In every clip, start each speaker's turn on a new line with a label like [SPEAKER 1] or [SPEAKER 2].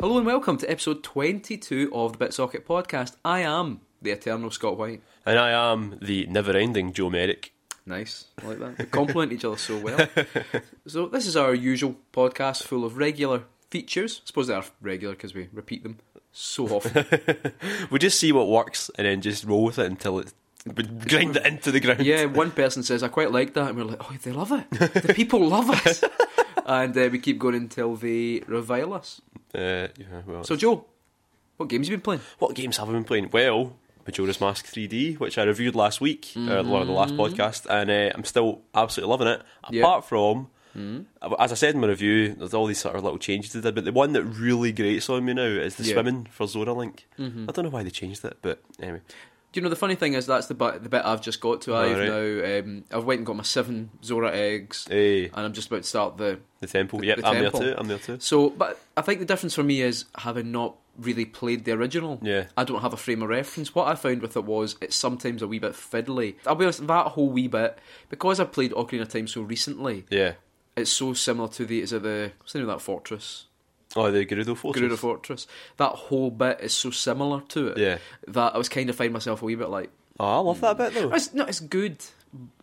[SPEAKER 1] Hello and welcome to episode 22 of the BitSocket podcast. I am the eternal Scott White.
[SPEAKER 2] And I am the never ending Joe Merrick.
[SPEAKER 1] Nice, I like that. They complement each other so well. So, this is our usual podcast full of regular features. I suppose they are regular because we repeat them so often.
[SPEAKER 2] We just see what works and then just roll with it until it we grind it into the ground.
[SPEAKER 1] yeah, one person says, I quite like that, and we're like, oh, they love it. The people love us. And uh, we keep going until they revile us.
[SPEAKER 2] Uh, yeah, well.
[SPEAKER 1] So,
[SPEAKER 2] So,
[SPEAKER 1] Joe, what games have you been playing?
[SPEAKER 2] what games have I been playing? Well, Majora's Mask 3D, which I reviewed last week, or one of the last podcast, and uh, I'm still absolutely loving it.
[SPEAKER 1] Mm-hmm. Yeah. Mm-hmm.
[SPEAKER 2] Apart from, as I said in my review, there's all these sort of little changes they did, but the one that really grates on me now is the
[SPEAKER 1] Yeah. Mm-hmm.
[SPEAKER 2] swimming for Zora Link. I don't know why they changed it, but anyway.
[SPEAKER 1] Do you know the funny thing is that's the bit, the bit I've just got to. I've
[SPEAKER 2] right.
[SPEAKER 1] now um, I've went and got my seven Zora eggs,
[SPEAKER 2] Hey,
[SPEAKER 1] and I'm just about to start the.
[SPEAKER 2] Eh, the temple.
[SPEAKER 1] The-
[SPEAKER 2] Yep,
[SPEAKER 1] the
[SPEAKER 2] I'm
[SPEAKER 1] temple.
[SPEAKER 2] there too. I'm there too.
[SPEAKER 1] So, but I think the difference for me is having not really played the original.
[SPEAKER 2] Yeah.
[SPEAKER 1] I don't have a frame of reference. What I found with it was it's sometimes a wee bit fiddly. I'll be honest, that whole wee bit because I played Ocarina of Time so recently,
[SPEAKER 2] Yeah.
[SPEAKER 1] it's so similar to the is it the what's the name of that fortress?
[SPEAKER 2] Oh, the Gerudo Fortress.
[SPEAKER 1] Gerudo Fortress. That whole bit is so similar to it
[SPEAKER 2] Yeah.
[SPEAKER 1] that I was kind of finding myself a wee bit like.
[SPEAKER 2] Oh, I love that bit though.
[SPEAKER 1] It's not it's good,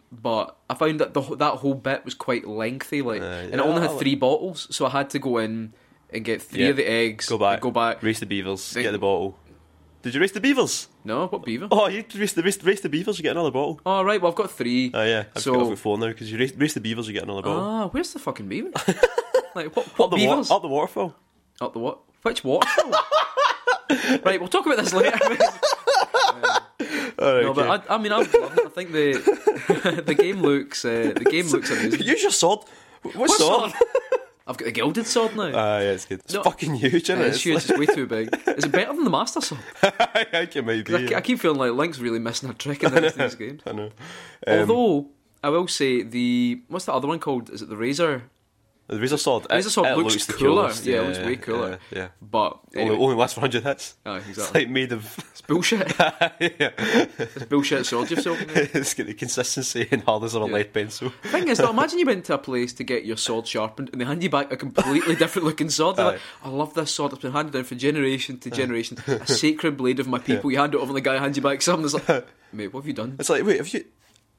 [SPEAKER 1] but I found that the wh- that whole bit was quite lengthy. Like,
[SPEAKER 2] Uh,
[SPEAKER 1] and it
[SPEAKER 2] yeah,
[SPEAKER 1] only
[SPEAKER 2] I
[SPEAKER 1] had
[SPEAKER 2] like-
[SPEAKER 1] three bottles, so I had to go in and get three
[SPEAKER 2] Yeah.
[SPEAKER 1] of the eggs.
[SPEAKER 2] Go back.
[SPEAKER 1] Go back.
[SPEAKER 2] Race the beavers.
[SPEAKER 1] They-
[SPEAKER 2] Get the bottle. Did you race the beavers?
[SPEAKER 1] No, what beaver? Oh.
[SPEAKER 2] Oh, you race the race, race the beavers. You get another bottle.
[SPEAKER 1] right. Well, I've got three.
[SPEAKER 2] Oh yeah, I've
[SPEAKER 1] So-
[SPEAKER 2] got off four now because you race, race the beavers. You get another bottle.
[SPEAKER 1] ah, where's the fucking beaver? like what?
[SPEAKER 2] up
[SPEAKER 1] What
[SPEAKER 2] the wa-
[SPEAKER 1] beavers?
[SPEAKER 2] up the waterfall.
[SPEAKER 1] Up the what? Which waterfall? right, we'll talk about this later.
[SPEAKER 2] All right,
[SPEAKER 1] no,
[SPEAKER 2] okay.
[SPEAKER 1] but I, I mean, I'm, I think the the game looks uh, the game looks amazing.
[SPEAKER 2] use your sword. What, what sword?
[SPEAKER 1] I've got the gilded sword now.
[SPEAKER 2] Ah, yeah, it's good. It's
[SPEAKER 1] No.
[SPEAKER 2] fucking huge, isn't
[SPEAKER 1] Yeah,
[SPEAKER 2] it?
[SPEAKER 1] it's huge. It's way too big. Is it better than the Master Sword?
[SPEAKER 2] I think it might be.
[SPEAKER 1] I, ke- I
[SPEAKER 2] yeah.
[SPEAKER 1] keep feeling like Link's really missing a trick in the rest of these games.
[SPEAKER 2] I know. Um,
[SPEAKER 1] Although I will say the what's that other one called? Is it the Razor?
[SPEAKER 2] The razor sword. It,
[SPEAKER 1] Razor sword
[SPEAKER 2] it
[SPEAKER 1] looks
[SPEAKER 2] the
[SPEAKER 1] cooler.
[SPEAKER 2] coolest,
[SPEAKER 1] Yeah, it looks way cooler.
[SPEAKER 2] Yeah. yeah.
[SPEAKER 1] But anyway,
[SPEAKER 2] Only, only lasts for hundred hits.
[SPEAKER 1] Aye,
[SPEAKER 2] It's
[SPEAKER 1] exactly.
[SPEAKER 2] like made of.
[SPEAKER 1] It's bullshit.
[SPEAKER 2] Oh.
[SPEAKER 1] It's bullshit sword you've sold. me.
[SPEAKER 2] it's got the consistency and hardness of a lead pencil.
[SPEAKER 1] Thing is, though, imagine you went to a place to get your sword sharpened, and they hand you back a completely different looking sword. They're like, "I love this sword. It's been handed down from generation to generation. A sacred blade of my people." You hand it over, and the guy hands you back something. It's like, "Mate, what have you done?"
[SPEAKER 2] It's like, wait, have you?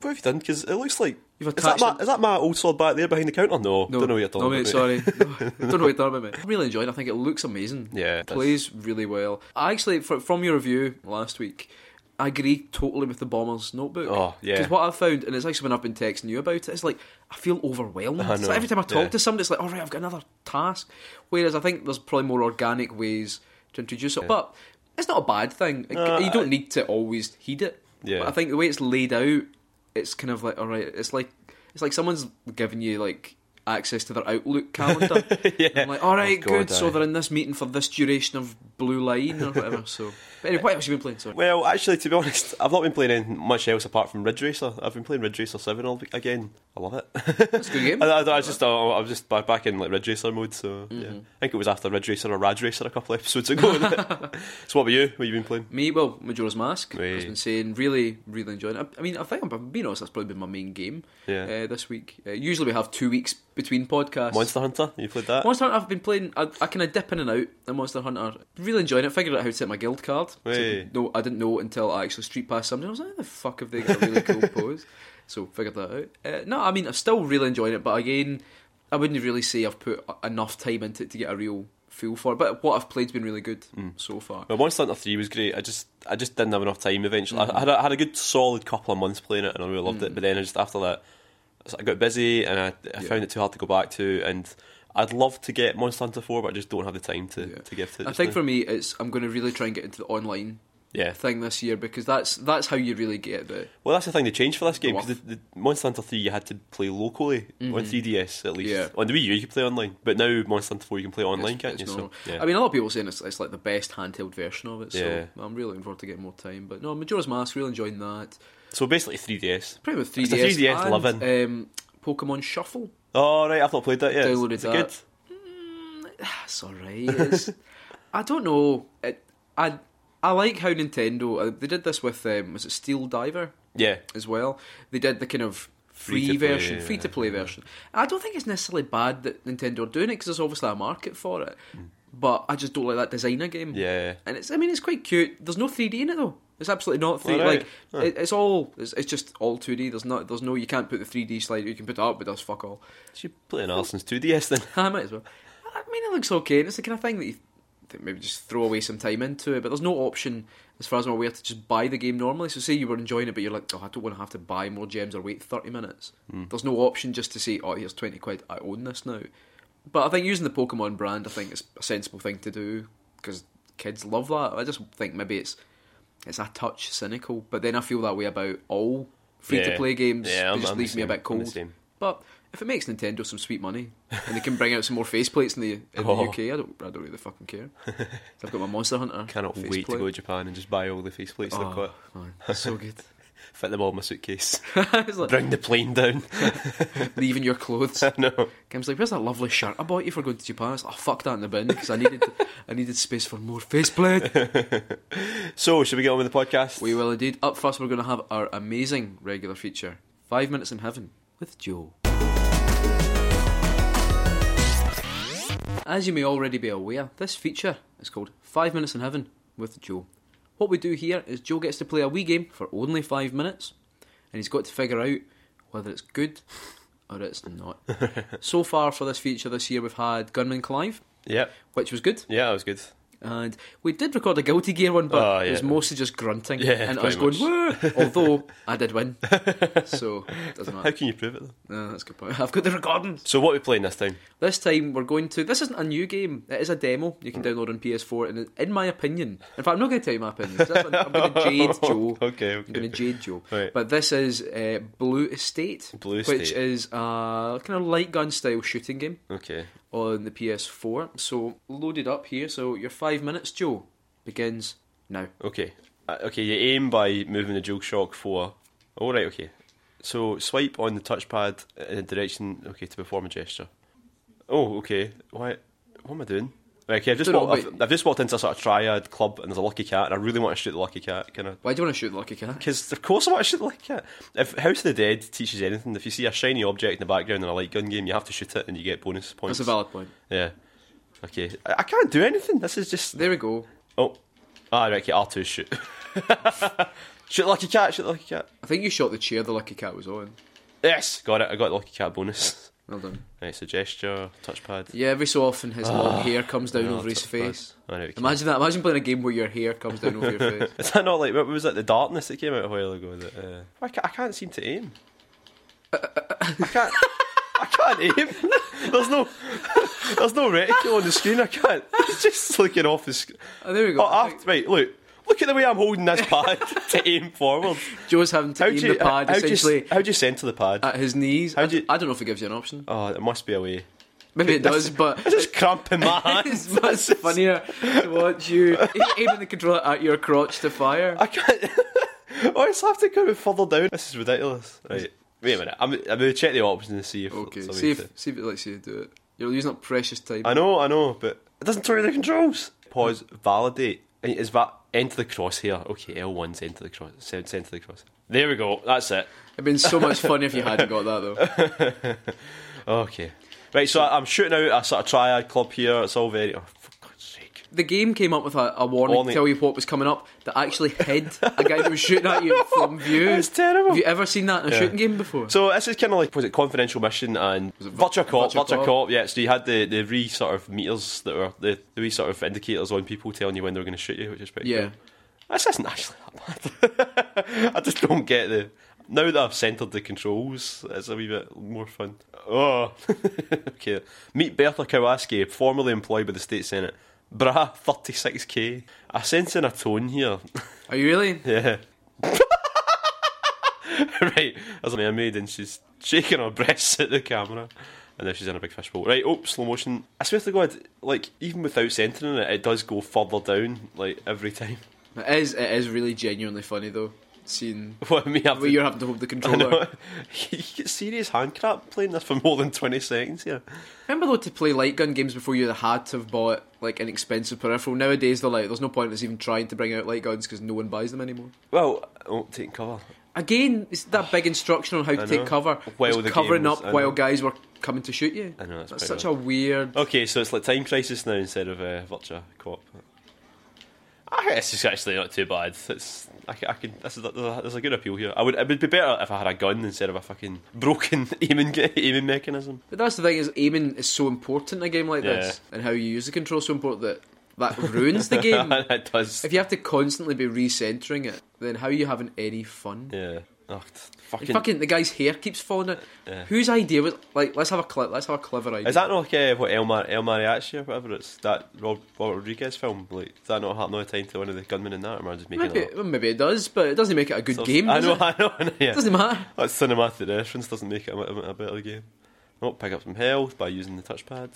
[SPEAKER 2] What have you done? Because it looks like
[SPEAKER 1] You've
[SPEAKER 2] is that,
[SPEAKER 1] attached
[SPEAKER 2] my, is that my old sword back there behind the counter? No,
[SPEAKER 1] No,
[SPEAKER 2] don't know what you're talking
[SPEAKER 1] no, mate,
[SPEAKER 2] about.
[SPEAKER 1] Sorry, No, don't know what you're talking about. Mate. I really enjoyed. it. I think it looks amazing.
[SPEAKER 2] Yeah,
[SPEAKER 1] it
[SPEAKER 2] it
[SPEAKER 1] plays really well. I actually, fr from your review last week, I agree totally with the Bombers Notebook.
[SPEAKER 2] Oh, yeah.
[SPEAKER 1] Because what I've found, and it's actually when I've been texting you about it, it's like I feel overwhelmed.
[SPEAKER 2] I
[SPEAKER 1] It's
[SPEAKER 2] know,
[SPEAKER 1] like every time I talk
[SPEAKER 2] yeah.
[SPEAKER 1] to somebody, it's like, all right, I've got another task. Whereas I think there's probably more organic ways to introduce it, but. It's not a bad thing. It-
[SPEAKER 2] No,
[SPEAKER 1] you don't need to always heed it.
[SPEAKER 2] Yeah.
[SPEAKER 1] But I think the way it's laid out, it's kind of like all right. It's like it's like someone's giving you like access to their Outlook calendar. yeah. I'm like, all right,
[SPEAKER 2] Oh, God,
[SPEAKER 1] good. So
[SPEAKER 2] aye.
[SPEAKER 1] they're in this meeting for this duration of Blue Line or whatever. So, but anyway, what else have you been playing? Sorry.
[SPEAKER 2] Well, actually, to be honest, I've not been playing anything much else apart from Ridge Racer. I've been playing Ridge Racer Seven all week again. I love it.
[SPEAKER 1] That's a good game.
[SPEAKER 2] I, I, I just, I, I was just back, back in like Ridge Racer mode. So yeah, I think it was after Ridge Racer or Rad Racer a couple episodes ago. so what about you? What have you been playing?
[SPEAKER 1] Me, well, Majora's Mask.
[SPEAKER 2] Wait.
[SPEAKER 1] I've been saying really, really enjoying it. I, I mean, I think, if I'm being honest, that's probably been my main game
[SPEAKER 2] Yeah.
[SPEAKER 1] uh, this week. Uh, usually we have two weeks between podcasts.
[SPEAKER 2] Monster Hunter. You played that?
[SPEAKER 1] Monster Hunter, I've been playing. I, I kind of dip in and out in Monster Hunter. Really enjoying it. Figured out how to set my guild card. So
[SPEAKER 2] Hey.
[SPEAKER 1] no, I didn't know until I actually street passed somebody. I was like, how the fuck have they got a really cool pose? So figured that out. Uh, no, I mean, I'm still really enjoying it, but again, I wouldn't really say I've put a- enough time into it to get a real feel for it. But what I've played's been really good
[SPEAKER 2] Mm.
[SPEAKER 1] so far.
[SPEAKER 2] Well, Monster Hunter Three was great. I just, I just didn't have enough time. Eventually, I, I, had a, I had a good solid couple of months playing it, and I really loved it. But then I just after that, I s- I got busy, and I, I
[SPEAKER 1] Yeah.
[SPEAKER 2] found it too hard to go back to. And I'd love to get Monster Hunter Four, but I just don't have the time to,
[SPEAKER 1] Yeah.
[SPEAKER 2] to give to it.
[SPEAKER 1] I
[SPEAKER 2] just
[SPEAKER 1] think
[SPEAKER 2] now.
[SPEAKER 1] for me, it's I'm going to really try and get into the online
[SPEAKER 2] yeah.
[SPEAKER 1] thing this year because that's that's how you really get the
[SPEAKER 2] Well, that's the thing they changed for this game
[SPEAKER 1] The
[SPEAKER 2] because the, the Monster Hunter Three you had to play locally on 3DS at least.
[SPEAKER 1] Mm-hmm. Yeah.
[SPEAKER 2] On the Wii U you could play online, but now Monster Hunter Four you can play online,
[SPEAKER 1] It's-
[SPEAKER 2] can't
[SPEAKER 1] it's
[SPEAKER 2] you?
[SPEAKER 1] normal.
[SPEAKER 2] So, yeah.
[SPEAKER 1] I mean, a lot of people are saying it's, it's like the best handheld version of it. So
[SPEAKER 2] Yeah.
[SPEAKER 1] I'm really looking forward to getting more time. But no, Majora's Mask, really enjoying that.
[SPEAKER 2] so basically 3DS.
[SPEAKER 1] Pretty much 3DS.
[SPEAKER 2] It's a 3DS
[SPEAKER 1] and,
[SPEAKER 2] loving.
[SPEAKER 1] Um, Pokemon Shuffle.
[SPEAKER 2] Oh right, I've not played that yet.
[SPEAKER 1] Downloaded
[SPEAKER 2] Is it
[SPEAKER 1] that.
[SPEAKER 2] good?
[SPEAKER 1] That's alright. It's- I don't know. It, I I like how Nintendo uh, they did this with um, was it Steel Diver
[SPEAKER 2] Yeah.
[SPEAKER 1] as well. They did the kind of free,
[SPEAKER 2] Free to play,
[SPEAKER 1] version, free to play
[SPEAKER 2] yeah. Mm.
[SPEAKER 1] version. I don't think it's necessarily bad that Nintendo are doing it because there's obviously a market for it. but I just don't like that design of game.
[SPEAKER 2] Mm. Yeah.
[SPEAKER 1] And it's, I mean, it's quite cute. There's no 3D in it though. It's absolutely not 3D.
[SPEAKER 2] All right.
[SPEAKER 1] Like
[SPEAKER 2] Huh.
[SPEAKER 1] it, it's all, it's, it's just all 2D. There's not, there's no, you can't put the 3D slider. You can put it up, but that's fuck all.
[SPEAKER 2] Should play an Arsenal's 2DS then.
[SPEAKER 1] I might as well. I mean, it looks okay, and it's the kind of thing that you that maybe just throw away some time into it. But there's no option, as far as I'm aware, to just buy the game normally. So, say you were enjoying it, but you're like, oh, I don't want to have to buy more gems or wait 30 minutes.
[SPEAKER 2] Hmm.
[SPEAKER 1] There's no option just to say, oh, here's 20 quid, I own this now. But I think using the Pokemon brand, I think it's a sensible thing to do because kids love that. I just think maybe it's it's a touch cynical, but then I feel that way about all free to play
[SPEAKER 2] Yeah.
[SPEAKER 1] games.
[SPEAKER 2] Yeah,
[SPEAKER 1] They
[SPEAKER 2] I'm-
[SPEAKER 1] just
[SPEAKER 2] I'm
[SPEAKER 1] leaves
[SPEAKER 2] the
[SPEAKER 1] me a
[SPEAKER 2] same.
[SPEAKER 1] bit
[SPEAKER 2] I'm the
[SPEAKER 1] cold.
[SPEAKER 2] same.
[SPEAKER 1] But if it makes Nintendo some sweet money and they can bring out some more faceplates in the in
[SPEAKER 2] Oh.
[SPEAKER 1] the UK, I don't I don't really fucking care. I've got my Monster Hunter.
[SPEAKER 2] Cannot wait to
[SPEAKER 1] faceplate.
[SPEAKER 2] go to Japan and just buy all the faceplates they've
[SPEAKER 1] Oh,
[SPEAKER 2] got.
[SPEAKER 1] man, it's so good.
[SPEAKER 2] Fit them all in my suitcase.
[SPEAKER 1] it's like
[SPEAKER 2] Bring the plane down.
[SPEAKER 1] leaving your clothes.
[SPEAKER 2] no.
[SPEAKER 1] Game's like, where's that lovely shirt I bought you for going to Japan? It's like, oh, fuck that in the bin because I needed I needed space for more faceplate.
[SPEAKER 2] So, should we get on with the podcast?
[SPEAKER 1] We will indeed. Up first, we're going to have our amazing regular feature, Five Minutes in Heaven, with Joe. As you may already be aware, this feature is called Five Minutes in Heaven with Joe. What we do here is Joe gets to play a wee game for only five minutes, and he's got to figure out whether it's good or it's not. so far for this feature this year, we've had Gunman Clive,
[SPEAKER 2] Yep.
[SPEAKER 1] which was good.
[SPEAKER 2] Yeah, that was good.
[SPEAKER 1] And we did record a Guilty Gear one, but
[SPEAKER 2] Oh,
[SPEAKER 1] it was
[SPEAKER 2] yeah.
[SPEAKER 1] mostly just grunting
[SPEAKER 2] Yeah,
[SPEAKER 1] and us going,
[SPEAKER 2] pretty
[SPEAKER 1] Woo! although I did win. So, doesn't
[SPEAKER 2] How
[SPEAKER 1] matter.
[SPEAKER 2] can you prove it though?
[SPEAKER 1] No, that's a good point. I've got the recording.
[SPEAKER 2] So, what are we playing this time?
[SPEAKER 1] This time we're going to. This isn't a new game, it is a demo you can download on PS4. And in my opinion, in fact, I'm not going to tell you my opinion, 'cause that's what- I'm going to jade Joe.
[SPEAKER 2] Okay, okay.
[SPEAKER 1] I'm going to jade Joe.
[SPEAKER 2] Right.
[SPEAKER 1] But this is uh, Blue Estate,
[SPEAKER 2] Blue
[SPEAKER 1] which
[SPEAKER 2] Estate.
[SPEAKER 1] is a kind of light gun style shooting game
[SPEAKER 2] Okay.
[SPEAKER 1] on the PS4. So, loaded up here. So, your five minutes, Joe, begins now.
[SPEAKER 2] Okay. Uh, okay, you aim by moving the DualShock 4. All right, okay. So swipe on the touchpad in a direction, okay, to perform a gesture. Oh, okay. Why? What am I doing? Right, okay, I've just,
[SPEAKER 1] Don't know,
[SPEAKER 2] walked, I've, I've just walked into a sort of triad club and there's a lucky cat and I really want to shoot the lucky cat, kind of.
[SPEAKER 1] Why do you want to shoot the lucky cat?
[SPEAKER 2] Because of course I want to shoot the lucky cat. If House of the Dead teaches anything, if you see a shiny object in the background in a light gun game, you have to shoot it and you get bonus points.
[SPEAKER 1] That's a valid point.
[SPEAKER 2] yeah. Okay. I, I can't do anything. This is just
[SPEAKER 1] There we go.
[SPEAKER 2] Oh. Ah, right, okay, R2 shoot. shoot lucky cat, shoot lucky cat.
[SPEAKER 1] I think you shot the chair the lucky cat was on.
[SPEAKER 2] Yes, got it, I got the lucky cat bonus.
[SPEAKER 1] Well done.
[SPEAKER 2] Right, so gesture, touchpad.
[SPEAKER 1] Yeah, every so often his
[SPEAKER 2] Ah.
[SPEAKER 1] long hair comes down
[SPEAKER 2] no,
[SPEAKER 1] over his
[SPEAKER 2] touchpad.
[SPEAKER 1] face.
[SPEAKER 2] Oh, right, okay.
[SPEAKER 1] Imagine that. Imagine playing a game where your hair comes down over your face.
[SPEAKER 2] Is that not like, what was it, the darkness that came out a while ago? That, uh, I, can't, I can't seem to aim. I can't, I can't aim. There's no, there's no reticle on the screen, I can't. It's just looking off the screen.
[SPEAKER 1] Oh, there we go.
[SPEAKER 2] Oh, aft- right, look. Look at the way I'm holding this pad to aim forward.
[SPEAKER 1] Joe's having to
[SPEAKER 2] How do
[SPEAKER 1] aim
[SPEAKER 2] you,
[SPEAKER 1] the pad
[SPEAKER 2] how, do
[SPEAKER 1] essentially Uh,
[SPEAKER 2] you, how do you centre the pad?
[SPEAKER 1] at his knees.
[SPEAKER 2] how
[SPEAKER 1] I,
[SPEAKER 2] do you-
[SPEAKER 1] I don't know if it gives you an option.
[SPEAKER 2] Oh, it must be a way.
[SPEAKER 1] Maybe it does, but
[SPEAKER 2] It's just cramping my hands.
[SPEAKER 1] it's much funnier to watch you aiming the controller at your crotch to fire.
[SPEAKER 2] I can't. I just have to go further down. This is ridiculous. Right. Wait a minute. I'm, I'm going to check the options and see if.
[SPEAKER 1] Okay,
[SPEAKER 2] somebody
[SPEAKER 1] see if
[SPEAKER 2] to-
[SPEAKER 1] see if it lets you do it. You're using up precious time.
[SPEAKER 2] I know, I know, but it doesn't turn the controls. Pause. Validate. Is that enter the crosshair? Okay, L1's enter the cross. cen- Center the cross. There we go. That's it.
[SPEAKER 1] It'd been so much fun if you hadn't got that though.
[SPEAKER 2] Okay. Right. So I'm shooting out a sort of triad club here. It's all very. Oh, for God's sake.
[SPEAKER 1] the game came up with a, a warning
[SPEAKER 2] Warning.
[SPEAKER 1] to tell you what was coming up that actually hid a guy that was shooting at you from view.
[SPEAKER 2] That's terrible.
[SPEAKER 1] Have you ever seen that in a
[SPEAKER 2] Yeah.
[SPEAKER 1] shooting game before?
[SPEAKER 2] So this is kind of like was it confidential mission and
[SPEAKER 1] it Vir-
[SPEAKER 2] Virtua Cop,
[SPEAKER 1] Virtua
[SPEAKER 2] Virtua
[SPEAKER 1] Cop?
[SPEAKER 2] Cop. Yeah, so you had the the wee sort of meters that were the, the wee sort of indicators on people telling you when they were going to shoot you, which is pretty.
[SPEAKER 1] yeah.
[SPEAKER 2] cool. this isn't actually that bad. I just don't get the. Now that I've centered the controls, it's a wee bit more fun. Oh, okay. Meet Bertha Kawaski, formerly employed by the state senate. Brah, thirty six k. I sense in a tone here.
[SPEAKER 1] Are you really?
[SPEAKER 2] Yeah. right, there's a mermaid and she's shaking her breasts at the camera. And now she's in a big fishbowl. Right, oh, slow motion. I swear to God, like, even without centering it, it does go further down, like, every time.
[SPEAKER 1] It is. It is really genuinely funny though. Seeing
[SPEAKER 2] What I mean,
[SPEAKER 1] the
[SPEAKER 2] after,
[SPEAKER 1] way you're having to hold the
[SPEAKER 2] I know.
[SPEAKER 1] controller.
[SPEAKER 2] you get serious handcrap playing this for more than 20 seconds here.
[SPEAKER 1] Remember though to play light gun games before you had to have bought like an expensive peripheral. Nowadays they're like, there's no point in us even trying to bring out light guns because no one buys them anymore.
[SPEAKER 2] Well, oh, taking cover.
[SPEAKER 1] Again, it's that big instruction on how to
[SPEAKER 2] I
[SPEAKER 1] take
[SPEAKER 2] know.
[SPEAKER 1] cover.
[SPEAKER 2] While
[SPEAKER 1] was
[SPEAKER 2] the
[SPEAKER 1] covering
[SPEAKER 2] game was-
[SPEAKER 1] up
[SPEAKER 2] I
[SPEAKER 1] while
[SPEAKER 2] know.
[SPEAKER 1] guys were coming to shoot you.
[SPEAKER 2] I know, that's
[SPEAKER 1] That's
[SPEAKER 2] pretty
[SPEAKER 1] such a weird.
[SPEAKER 2] Okay, so it's like Time Crisis now instead of uh, Vulture Co-op. I think this is actually not too bad. It's I, c- I can this is a, there's a- there's a good appeal here. I would it would be better if I had a gun instead of a fucking broken aiming ge- aiming mechanism.
[SPEAKER 1] But that's the thing is aiming is so important in a game like this, and how you use the control is so important that that ruins the game.
[SPEAKER 2] it does.
[SPEAKER 1] if you have to constantly be recentering it, then how are you having any fun?
[SPEAKER 2] yeah. Oh, t-
[SPEAKER 1] And
[SPEAKER 2] fucking,
[SPEAKER 1] Fucking the guy's hair keeps falling out.
[SPEAKER 2] Yeah.
[SPEAKER 1] Whose idea was like? Let's have a cl- let's have a clever idea.
[SPEAKER 2] Is that not like uh, what El, Mar- El Mariachi or whatever it's that Rob- Robert Rodriguez film? Like, does that not happen all the time to one of the gunmen in that? Or am I just making
[SPEAKER 1] maybe
[SPEAKER 2] it
[SPEAKER 1] well, maybe it does, but it doesn't make it a good
[SPEAKER 2] up?
[SPEAKER 1] game.
[SPEAKER 2] I
[SPEAKER 1] does
[SPEAKER 2] know,
[SPEAKER 1] It?
[SPEAKER 2] I know, I know. Yeah.
[SPEAKER 1] It doesn't matter.
[SPEAKER 2] That cinematic reference doesn't make it a, a, a better game. Oh, pick up some health by using the touchpad.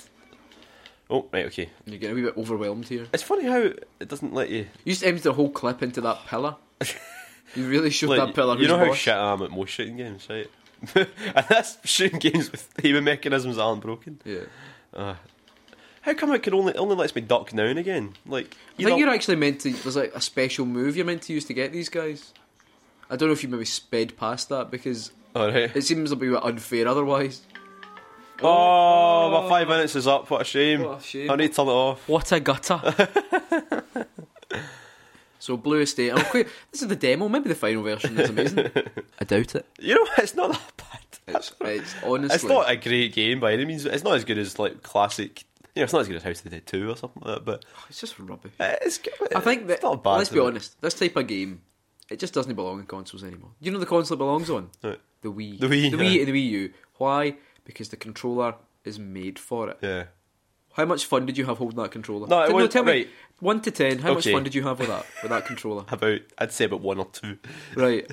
[SPEAKER 2] Oh, right, okay.
[SPEAKER 1] You're getting a wee bit overwhelmed here.
[SPEAKER 2] It's funny how it doesn't let you.
[SPEAKER 1] You just emptied the whole clip into that pillar. You really showed
[SPEAKER 2] Like,
[SPEAKER 1] that pillar.
[SPEAKER 2] you know
[SPEAKER 1] who's
[SPEAKER 2] how
[SPEAKER 1] boss.
[SPEAKER 2] shit I am at most shooting games, right? and that's shooting games with aiming mechanisms that aren't broken.
[SPEAKER 1] Yeah.
[SPEAKER 2] Uh, how come it can only it only lets me duck now and again? Like,
[SPEAKER 1] I think you're actually meant to. There's like a special move you're meant to use to get these guys. I don't know if you maybe sped past that because
[SPEAKER 2] All right.
[SPEAKER 1] it seems a bit unfair otherwise.
[SPEAKER 2] Oh, my five minutes is up. What a shame.
[SPEAKER 1] What a shame.
[SPEAKER 2] I need to turn it off.
[SPEAKER 1] What a gutter! so Blue Estate. I'm quite, this is the demo. Maybe the final version is amazing. I doubt it.
[SPEAKER 2] You know, it's not that bad.
[SPEAKER 1] It's, it's honestly.
[SPEAKER 2] It's not a great game by any means. It's not as good as like classic. You know, it's not as good as House of the Dead Two or something like that. But
[SPEAKER 1] it's just rubbish.
[SPEAKER 2] Uh, it's good.
[SPEAKER 1] I think that.
[SPEAKER 2] it's not bad.
[SPEAKER 1] Let's be
[SPEAKER 2] isn't it?
[SPEAKER 1] honest. This type of game, it just doesn't belong in consoles anymore. You know the console it belongs on.
[SPEAKER 2] No.
[SPEAKER 1] The Wii.
[SPEAKER 2] The Wii,
[SPEAKER 1] The Wii
[SPEAKER 2] yeah.
[SPEAKER 1] and the Wii U. Why? Because the controller is made for it.
[SPEAKER 2] Yeah.
[SPEAKER 1] How much fun did you have holding that controller?
[SPEAKER 2] No, it
[SPEAKER 1] T-
[SPEAKER 2] was-
[SPEAKER 1] tell
[SPEAKER 2] right.
[SPEAKER 1] me. One to ten. How much
[SPEAKER 2] Okay.
[SPEAKER 1] fun did you have with that with that controller?
[SPEAKER 2] About I'd say about one or two.
[SPEAKER 1] right.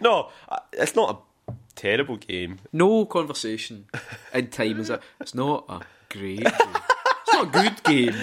[SPEAKER 2] no, I- it's not a terrible game.
[SPEAKER 1] No conversation in time is it? It's not a great. game. It's not a good game.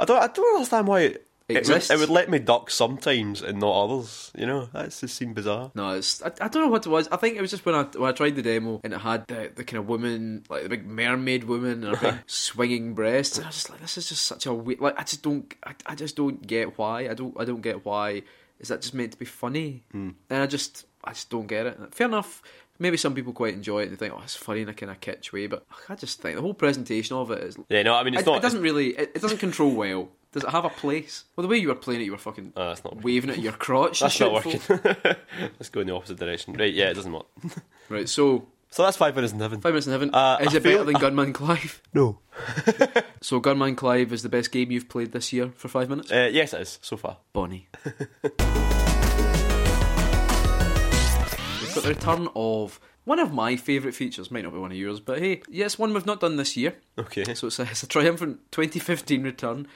[SPEAKER 2] I don't. I don't understand why it, it, would,
[SPEAKER 1] Exists.
[SPEAKER 2] it would let me duck sometimes and not others. You know, that's just seemed bizarre.
[SPEAKER 1] No, it's. I, I don't know what it was. I think it was just when I when I tried the demo and it had the, the kind of woman, like the big mermaid woman and her big swinging breasts, and I was just like, this is just such a weird. Like I just don't. I, I just don't get why. I don't. I don't get why. Is that just meant to be funny?
[SPEAKER 2] Hmm.
[SPEAKER 1] And I just. I just don't get it. Fair enough. Maybe some people quite enjoy it and think, oh, it's funny in a kind of kitsch way, but I just think the whole presentation of it is
[SPEAKER 2] Yeah, no, I mean it's
[SPEAKER 1] It,
[SPEAKER 2] not.
[SPEAKER 1] it doesn't really. It, it doesn't control well. Does it have a place? Well, the way you were playing it, you were fucking
[SPEAKER 2] Oh, that's not.
[SPEAKER 1] waving it at your crotch. and
[SPEAKER 2] That's not
[SPEAKER 1] shit,
[SPEAKER 2] working.
[SPEAKER 1] folk.
[SPEAKER 2] Let's go in the opposite direction. Right? Yeah, it doesn't work.
[SPEAKER 1] Right. So
[SPEAKER 2] So that's five minutes in heaven.
[SPEAKER 1] five minutes in heaven.
[SPEAKER 2] Uh,
[SPEAKER 1] is
[SPEAKER 2] I
[SPEAKER 1] it better
[SPEAKER 2] feel-
[SPEAKER 1] than Gunman Clive?
[SPEAKER 2] No.
[SPEAKER 1] So Gunman Clive is the best game you've played this year for five minutes.
[SPEAKER 2] Uh, yes, it is so far.
[SPEAKER 1] Bonnie. We've got the return of one of my favourite features. Might not be one of yours, but hey, yeah, it's one we've not done this year.
[SPEAKER 2] Okay.
[SPEAKER 1] So it's a, it's a triumphant 2015 return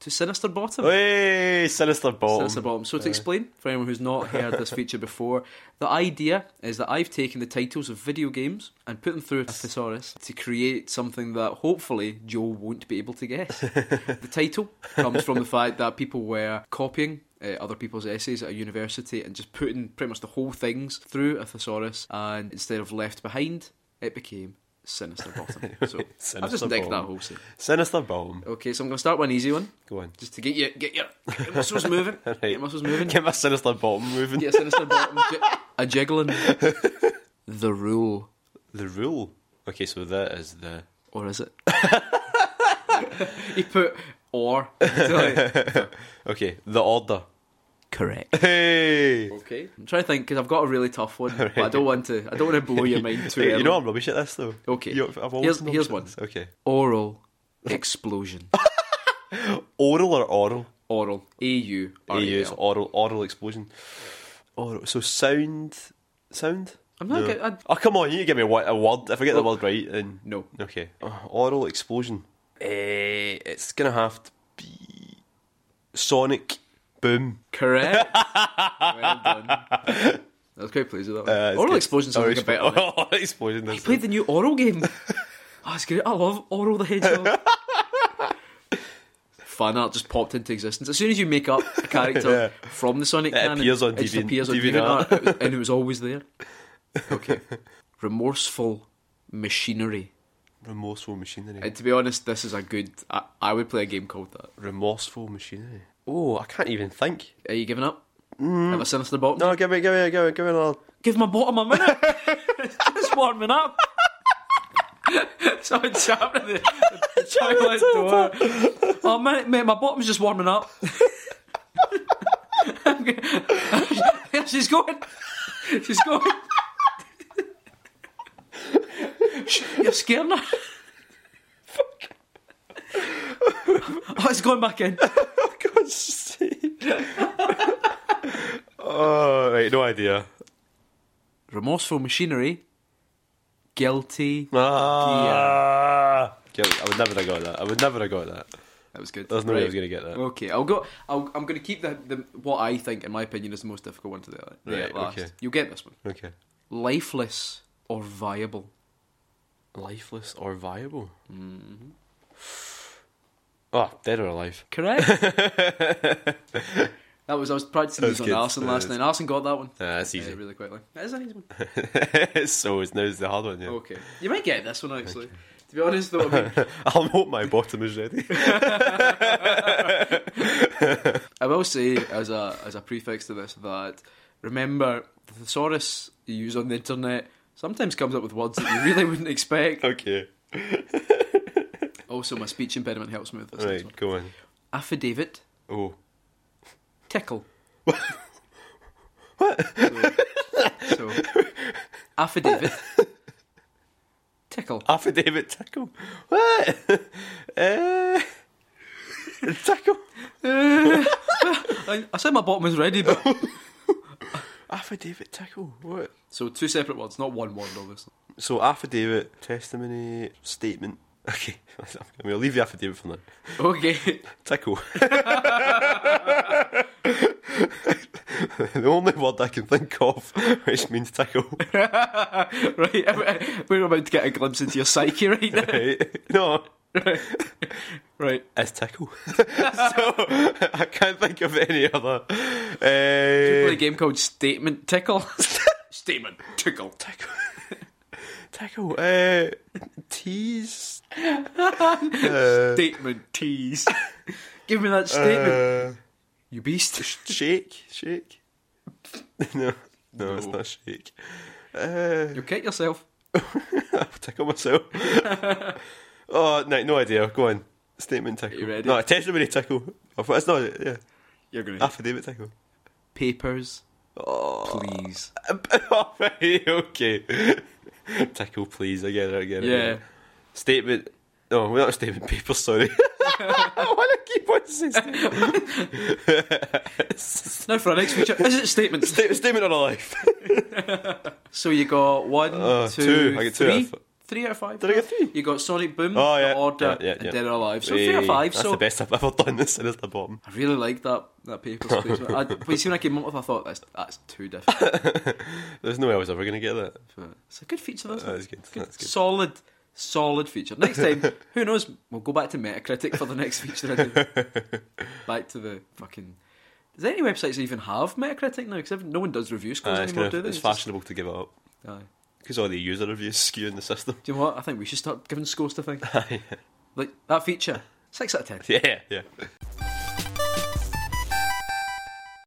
[SPEAKER 1] to Sinister Bottom.
[SPEAKER 2] Hey, sinister bottom.
[SPEAKER 1] That's the bottom. So to explain for anyone who's not heard this feature before, the idea is that I've taken the titles of video games and put them through a thesaurus to create something that hopefully Joel won't be able to guess. the title comes from the fact that people were copying. Uh, other people's essays at a university and just putting pretty much the whole things through a thesaurus, and instead of left behind, it became sinister bottom. So I've just
[SPEAKER 2] Sinister
[SPEAKER 1] nicked that
[SPEAKER 2] Bottom.
[SPEAKER 1] whole scene.
[SPEAKER 2] Sinister bomb.
[SPEAKER 1] Okay, so I'm going to start with an easy one,
[SPEAKER 2] Go on.
[SPEAKER 1] just to get you get your, get your muscles moving, get your muscles moving.
[SPEAKER 2] Get my sinister bottom moving.
[SPEAKER 1] Get a sinister bottom. J- a jiggling. the rule.
[SPEAKER 2] The rule. Okay, so that is the.
[SPEAKER 1] Or is it? he put or. Like,
[SPEAKER 2] Okay, the order.
[SPEAKER 1] Correct.
[SPEAKER 2] Hey!
[SPEAKER 1] Okay. I'm trying to think because I've got a really tough one, but I don't want to. I don't want to blow your mind too
[SPEAKER 2] Hey,
[SPEAKER 1] early.
[SPEAKER 2] you know I'm rubbish at this though.
[SPEAKER 1] Okay.
[SPEAKER 2] You- I've always
[SPEAKER 1] Here's-
[SPEAKER 2] been rubbish
[SPEAKER 1] here's
[SPEAKER 2] at
[SPEAKER 1] one.
[SPEAKER 2] this. Okay.
[SPEAKER 1] Oral explosion.
[SPEAKER 2] Oral or oral?
[SPEAKER 1] Oral. A U R E
[SPEAKER 2] AU's
[SPEAKER 1] L.
[SPEAKER 2] oral oral explosion. Oral. So sound. Sound?
[SPEAKER 1] I'm not good- I-
[SPEAKER 2] Oh, come on, you give me a, wo- a word. If I get the word right, then.
[SPEAKER 1] No.
[SPEAKER 2] Okay. Uh, oral explosion. Eh, it's gonna have to be. Sonic. Boom.
[SPEAKER 1] Correct. well done. I was quite pleased with that. One.
[SPEAKER 2] Uh, it's
[SPEAKER 1] oral
[SPEAKER 2] good.
[SPEAKER 1] explosion sounds
[SPEAKER 2] Oral
[SPEAKER 1] like a better.
[SPEAKER 2] explo-
[SPEAKER 1] one.
[SPEAKER 2] Oral explosion.
[SPEAKER 1] He played the new Oral game. oh, it's great. I love Oral the Hedgehog. Fan art just popped into existence. As soon as you make up a character from the Sonic
[SPEAKER 2] It
[SPEAKER 1] canon,
[SPEAKER 2] appears on
[SPEAKER 1] it just
[SPEAKER 2] DeviantArt.
[SPEAKER 1] appears on
[SPEAKER 2] DeviantArt.
[SPEAKER 1] DeviantArt, It was- and it was always there. Okay. Remorseful machinery.
[SPEAKER 2] Remorseful machinery.
[SPEAKER 1] And to be honest, this is a good. I, I would play a game called that.
[SPEAKER 2] Remorseful machinery. Oh, I can't even think.
[SPEAKER 1] Are you giving up? Have a sinister bottom.
[SPEAKER 2] Mm. No, give me, give me, give me, give me another.
[SPEAKER 1] Give my bottom a minute. Just warming up. Someone tapping the, the toilet door. Oh, mate, mate, my bottom's just warming up. She's going. She's going. Sh- You're scaring her. Oh, it's going back in.
[SPEAKER 2] For God's sake. oh, right, no idea.
[SPEAKER 1] Remorseful machinery. Guilty.
[SPEAKER 2] Ah. Yeah, I would never have got that. I would never have got that.
[SPEAKER 1] That was good.
[SPEAKER 2] There's no way I was
[SPEAKER 1] Right.
[SPEAKER 2] going to get that.
[SPEAKER 1] Okay, I'll go. I'll, I'm going to keep the, the what I think, in my opinion, is the most difficult one to do. do
[SPEAKER 2] Right,
[SPEAKER 1] at last.
[SPEAKER 2] okay.
[SPEAKER 1] You'll get this one.
[SPEAKER 2] Okay.
[SPEAKER 1] Lifeless or viable?
[SPEAKER 2] Lifeless or viable? Mm-hmm. Oh, dead or alive.
[SPEAKER 1] Correct. that was I was practicing
[SPEAKER 2] That
[SPEAKER 1] these on
[SPEAKER 2] was good.
[SPEAKER 1] Arson
[SPEAKER 2] That
[SPEAKER 1] last
[SPEAKER 2] is-
[SPEAKER 1] night. Arson got that one.
[SPEAKER 2] Nah, that's
[SPEAKER 1] Uh,
[SPEAKER 2] easy.
[SPEAKER 1] really quickly. That is an easy one.
[SPEAKER 2] so it's now's the hard one, yeah.
[SPEAKER 1] Okay, you might get this one actually. To be honest, though, I, mean,
[SPEAKER 2] I'll hope my bottom is ready.
[SPEAKER 1] I will say as a as a prefix to this that remember the thesaurus you use on the internet sometimes comes up with words that you really wouldn't expect.
[SPEAKER 2] okay.
[SPEAKER 1] Also, my speech impediment helps me with this. next one.
[SPEAKER 2] Right, go on.
[SPEAKER 1] Affidavit.
[SPEAKER 2] Oh.
[SPEAKER 1] tickle. So, so affidavit, tickle.
[SPEAKER 2] Affidavit tickle. What? uh, tickle.
[SPEAKER 1] I, I said my bottom was ready, but
[SPEAKER 2] Affidavit tickle. What?
[SPEAKER 1] so two separate words, not one word, obviously.
[SPEAKER 2] So affidavit, testimony, statement. Okay, I'm gonna leave the affidavit for now.
[SPEAKER 1] Okay,
[SPEAKER 2] Tickle. the only word I can think of which means tickle.
[SPEAKER 1] right. I- I- We're about to get a glimpse into your psyche right now.
[SPEAKER 2] Right? No,
[SPEAKER 1] Right. right.
[SPEAKER 2] it's tickle. so I can't think of any other.
[SPEAKER 1] We play
[SPEAKER 2] Uh,
[SPEAKER 1] a game called Statement Tickle. Statement Tickle.
[SPEAKER 2] Tickle. Tickle. Uh, tease. Uh,
[SPEAKER 1] Statement tease. Give me that statement,
[SPEAKER 2] uh,
[SPEAKER 1] you beast.
[SPEAKER 2] shake. Shake. no, no, it's
[SPEAKER 1] No.
[SPEAKER 2] not shake. Uh,
[SPEAKER 1] You'll kick yourself.
[SPEAKER 2] I'll tickle myself. oh, no, no idea. Go on. Statement tickle.
[SPEAKER 1] You ready?
[SPEAKER 2] No, a testimony tickle. I thought It's not, yeah.
[SPEAKER 1] You're gonna
[SPEAKER 2] Affidavit tickle.
[SPEAKER 1] papers,
[SPEAKER 2] Oh.
[SPEAKER 1] please.
[SPEAKER 2] Alright, okay. tickle, please. I get it, I get it. I get
[SPEAKER 1] Yeah.
[SPEAKER 2] it. Statement. No, we're not statement paper, sorry. I want to keep on saying statement.
[SPEAKER 1] Now for our next feature, is it statements?
[SPEAKER 2] Sta- statement on a life.
[SPEAKER 1] So you got one,
[SPEAKER 2] Uh,
[SPEAKER 1] two,
[SPEAKER 2] two. I get two
[SPEAKER 1] three,
[SPEAKER 2] out of f-
[SPEAKER 1] three out of five.
[SPEAKER 2] Did I get three?
[SPEAKER 1] You got Sonic Boom,
[SPEAKER 2] Oh, yeah.
[SPEAKER 1] The Order,
[SPEAKER 2] Yeah, yeah,
[SPEAKER 1] and
[SPEAKER 2] yeah.
[SPEAKER 1] Dead or Alive. So three out
[SPEAKER 2] Hey,
[SPEAKER 1] of five.
[SPEAKER 2] That's
[SPEAKER 1] So
[SPEAKER 2] the best I've ever done this, and it's the bottom.
[SPEAKER 1] I really like that that paper's placement. I, but you see, when I came up with, it, I thought that's that's too different.
[SPEAKER 2] There's no way I was ever going to get that.
[SPEAKER 1] But it's a good feature, though. isn't it?
[SPEAKER 2] That's good. That's good.
[SPEAKER 1] Solid, solid feature. Next time, who knows? We'll go back to Metacritic for the next feature. I do. back to the fucking. Does any websites even have Metacritic now? Because no one does review scores
[SPEAKER 2] Uh, it's,
[SPEAKER 1] anymore,
[SPEAKER 2] kind
[SPEAKER 1] do
[SPEAKER 2] of,
[SPEAKER 1] they?
[SPEAKER 2] it's
[SPEAKER 1] just-
[SPEAKER 2] fashionable to give it up
[SPEAKER 1] aye.
[SPEAKER 2] because all the user reviews skew in the system.
[SPEAKER 1] Do you know what? I think we should start giving scores to things. like that feature, six out of ten.
[SPEAKER 2] yeah, yeah.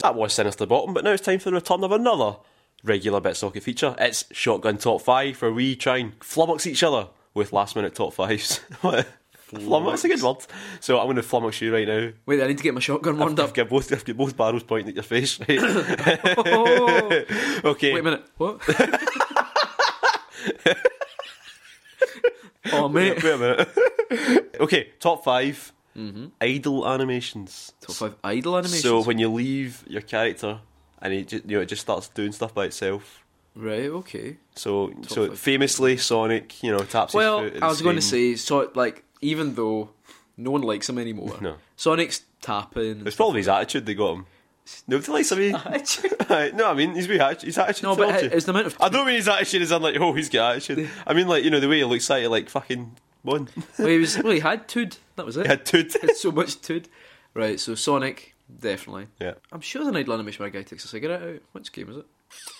[SPEAKER 2] That was Sinister Bottom, but now it's time for the return of another regular BitSocket feature. It's Shotgun Top 5, where we try and flummox each other with last minute top 5s. What? flummox is a good word. So I'm going to flummox you right now.
[SPEAKER 1] Wait, I need to get my shotgun warmed
[SPEAKER 2] I've
[SPEAKER 1] up.
[SPEAKER 2] got both, I've got both barrels pointing at your face, right?
[SPEAKER 1] Oh, wait
[SPEAKER 2] okay.
[SPEAKER 1] a minute. What? oh mate.
[SPEAKER 2] Wait a minute. okay, top 5
[SPEAKER 1] Mm-hmm.
[SPEAKER 2] idle animations.
[SPEAKER 1] Top five idle animations.
[SPEAKER 2] So when you leave your character and it just, you know it just starts doing stuff by itself.
[SPEAKER 1] right, okay.
[SPEAKER 2] So so
[SPEAKER 1] five.
[SPEAKER 2] famously Sonic, you know, taps
[SPEAKER 1] Well,
[SPEAKER 2] his foot. at
[SPEAKER 1] I
[SPEAKER 2] the
[SPEAKER 1] was going to
[SPEAKER 2] screen.
[SPEAKER 1] say, so like, even though no one likes him anymore,
[SPEAKER 2] No.
[SPEAKER 1] Sonic's tapping.
[SPEAKER 2] it's probably his attitude that got him. Nobody likes him. he- Aye, no, I mean his wee atti- his attitude.
[SPEAKER 1] no,
[SPEAKER 2] told
[SPEAKER 1] but
[SPEAKER 2] you.
[SPEAKER 1] it's the amount of
[SPEAKER 2] I don't mean his attitude is unlike oh he's got attitude. I mean like you know the way he looks at you like fucking one.
[SPEAKER 1] well, he was. Well, he had tood. That was it.
[SPEAKER 2] yeah, dude.
[SPEAKER 1] He had so much tood. Right, so Sonic definitely.
[SPEAKER 2] yeah,
[SPEAKER 1] I'm sure there's an idle animation where a guy takes a cigarette out. Which game is it?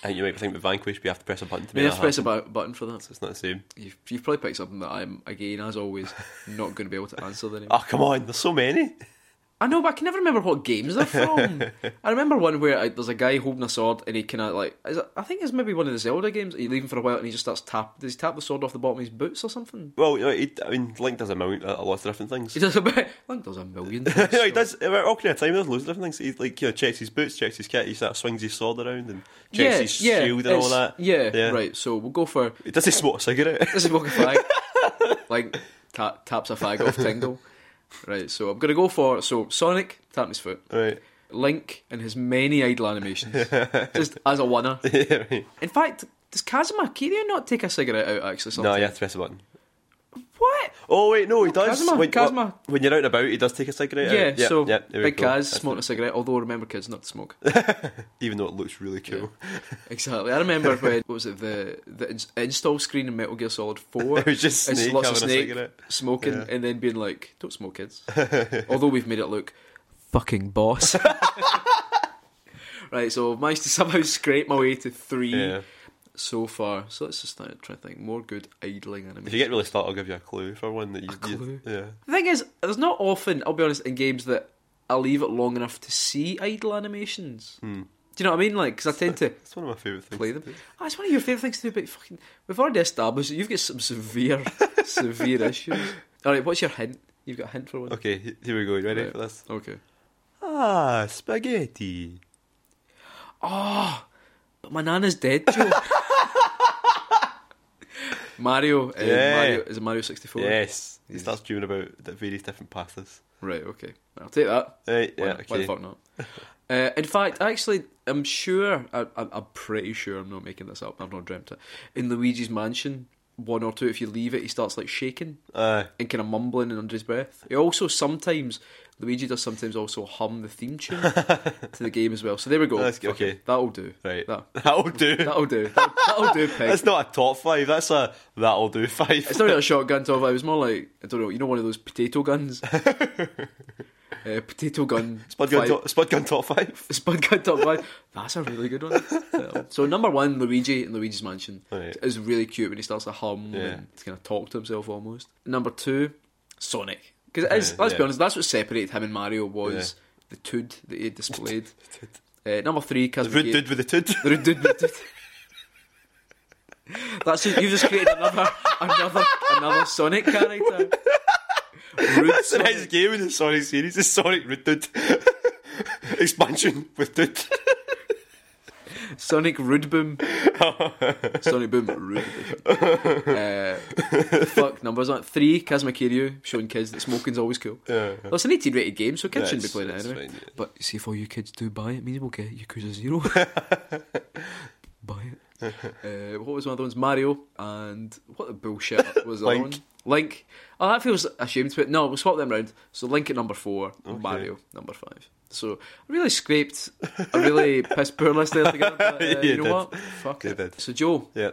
[SPEAKER 2] I think you might think with Vanquish, but you have to press a button to
[SPEAKER 1] I mean,
[SPEAKER 2] make
[SPEAKER 1] you have to press
[SPEAKER 2] that
[SPEAKER 1] a bu- button for that.
[SPEAKER 2] happen. It's not the same.
[SPEAKER 1] You've, you've
[SPEAKER 2] Ah,
[SPEAKER 1] probably picked something that I'm, again, as always, not going to be able to answer the name.
[SPEAKER 2] Oh come on, there's so many.
[SPEAKER 1] I know, but I can never remember what games they're from. I remember one where like, there's a guy holding a sword and he kind of like is it- I think it's maybe one of the Zelda games. You leave him for a while and he just starts tap. Does he tap the sword off the bottom of his boots or something?
[SPEAKER 2] Well, you know, he, I mean, Link does a, mount, a lot of different things.
[SPEAKER 1] He does a bit. I think there's a million. Things,
[SPEAKER 2] you know, he
[SPEAKER 1] so-
[SPEAKER 2] does uh, about Ocarina of Time. He does loads of different things. He like you know, checks his boots, checks his kit. He sort of swings his sword around and checks his shield and all
[SPEAKER 1] it's-
[SPEAKER 2] that.
[SPEAKER 1] Yeah,
[SPEAKER 2] Yeah.
[SPEAKER 1] right. So we'll go for
[SPEAKER 2] He does he smoke a cigarette?
[SPEAKER 1] this is walking flag. like ta- taps a fag off Tingle. Right. So I'm gonna go for so Sonic tapping his foot,
[SPEAKER 2] right.
[SPEAKER 1] Link and his many idle animations, just as a winner.
[SPEAKER 2] yeah, right.
[SPEAKER 1] In fact, does Kazuma Kiryu not take a cigarette out actually?
[SPEAKER 2] No,
[SPEAKER 1] Sometimes?
[SPEAKER 2] you have to press a button.
[SPEAKER 1] What?
[SPEAKER 2] Oh wait, no, he does.
[SPEAKER 1] Kazuma,
[SPEAKER 2] when,
[SPEAKER 1] Kazuma.
[SPEAKER 2] When you're out and about, he does take a cigarette.
[SPEAKER 1] Yeah,
[SPEAKER 2] out. Yep,
[SPEAKER 1] so
[SPEAKER 2] yep, there we
[SPEAKER 1] Big
[SPEAKER 2] go.
[SPEAKER 1] Kaz
[SPEAKER 2] That's-
[SPEAKER 1] smoking a cigarette, although remember kids not to smoke.
[SPEAKER 2] even though it looks really cool.
[SPEAKER 1] exactly. I remember when, what was it, the, the ins- install screen in Metal Gear Solid 4?
[SPEAKER 2] It was just
[SPEAKER 1] It's
[SPEAKER 2] Snake
[SPEAKER 1] lots of
[SPEAKER 2] having a
[SPEAKER 1] Snake
[SPEAKER 2] cigarette.
[SPEAKER 1] smoking
[SPEAKER 2] Yeah.
[SPEAKER 1] and then being like, don't smoke, kids. although we've made it look fucking boss. right, so I've managed to somehow scrape my way to three
[SPEAKER 2] Yeah.
[SPEAKER 1] so far. So let's just start, try to think. More good idling animation.
[SPEAKER 2] If you get really stuck, I'll give you a clue for one that you.
[SPEAKER 1] A
[SPEAKER 2] you-
[SPEAKER 1] clue?
[SPEAKER 2] yeah.
[SPEAKER 1] The thing is, there's not often, I'll be honest, in games that I leave it long enough to see idle animations. Do you know what I mean? Like, because I tend to
[SPEAKER 2] Hmm. It's one of my favourite things.
[SPEAKER 1] play them. Oh, it's one of your favourite things to do, but fucking, we've already established that you've got some severe, severe issues. All right, what's your hint? You've got a hint for one?
[SPEAKER 2] Okay, he- here we go. You ready
[SPEAKER 1] Right.
[SPEAKER 2] for this?
[SPEAKER 1] Okay.
[SPEAKER 2] Ah, spaghetti.
[SPEAKER 1] Oh, but my nana's dead, Joe. Mario, uh,
[SPEAKER 2] Yeah.
[SPEAKER 1] Mario, is it Mario 64?
[SPEAKER 2] Yes. He
[SPEAKER 1] Yes.
[SPEAKER 2] starts dreaming about the various different pastas.
[SPEAKER 1] Right, okay. I'll take that.
[SPEAKER 2] Right,
[SPEAKER 1] Why,
[SPEAKER 2] yeah,
[SPEAKER 1] not? Why the
[SPEAKER 2] okay.
[SPEAKER 1] fuck not? Uh, in fact, actually, I'm sure, I, I, I'm pretty sure I'm not making this up, I've not dreamt it. In Luigi's Mansion, one or two, if you leave it, he starts like shaking
[SPEAKER 2] Uh,
[SPEAKER 1] and kind of mumbling and under his breath. He also sometimes, Luigi does sometimes also hum the theme tune to the game as well. So there we go.
[SPEAKER 2] That's good,
[SPEAKER 1] Fuck it.
[SPEAKER 2] okay.
[SPEAKER 1] That'll do.
[SPEAKER 2] right.
[SPEAKER 1] That,
[SPEAKER 2] That'll do.
[SPEAKER 1] that'll do. That'll, that'll do, Peg.
[SPEAKER 2] That's not a top five, that's a that'll do five.
[SPEAKER 1] It's not really a shotgun, Tov. It was more like, I don't know, you know, one of those potato guns? uh, potato gun.
[SPEAKER 2] Spud gun,
[SPEAKER 1] five-
[SPEAKER 2] top, Spud gun top five.
[SPEAKER 1] Spud got top five. That's a really good one. Yeah. So number one, Luigi in Luigi's Mansion
[SPEAKER 2] Right.
[SPEAKER 1] is really cute when he starts to hum
[SPEAKER 2] Yeah.
[SPEAKER 1] and kind of talk to himself almost. Number two, Sonic, because it is.
[SPEAKER 2] Yeah,
[SPEAKER 1] let's be
[SPEAKER 2] yeah.
[SPEAKER 1] honest, that's what separated him and Mario was the tood that he had displayed. uh, number three,
[SPEAKER 2] The rude
[SPEAKER 1] Kazuma.
[SPEAKER 2] dude with the tood.
[SPEAKER 1] The rude dude. with the tood. That's it, you've just created another another another Sonic character. Rude
[SPEAKER 2] That's the next
[SPEAKER 1] Sonic.
[SPEAKER 2] game in the Sonic series is Sonic Rude Dude. Expansion with Dude.
[SPEAKER 1] Sonic Rude Boom. Sonic Boom Rude Boom. Uh, fuck numbers on it. Three, Kazuma Kiryu, showing kids that smoking's always cool.
[SPEAKER 2] Yeah,
[SPEAKER 1] Well, it's an 18 rated game, so kids
[SPEAKER 2] Yeah,
[SPEAKER 1] shouldn't be
[SPEAKER 2] it's-
[SPEAKER 1] playing it
[SPEAKER 2] it's
[SPEAKER 1] anyway.
[SPEAKER 2] fine, yeah.
[SPEAKER 1] But you see, if all you kids do buy it, it means we'll get Yakuza Zero. buy it. Uh, what was one of the ones? Mario and what the bullshit was the other
[SPEAKER 2] Link.
[SPEAKER 1] one? Link. Oh, that feels ashamed to it. No, we'll swap them round. So Link at number four, Mario number five. So I really scraped a really piss poor list there together. But, uh,
[SPEAKER 2] You
[SPEAKER 1] you know
[SPEAKER 2] did.
[SPEAKER 1] what? Fuck
[SPEAKER 2] You
[SPEAKER 1] it.
[SPEAKER 2] did.
[SPEAKER 1] So Joe,
[SPEAKER 2] yeah.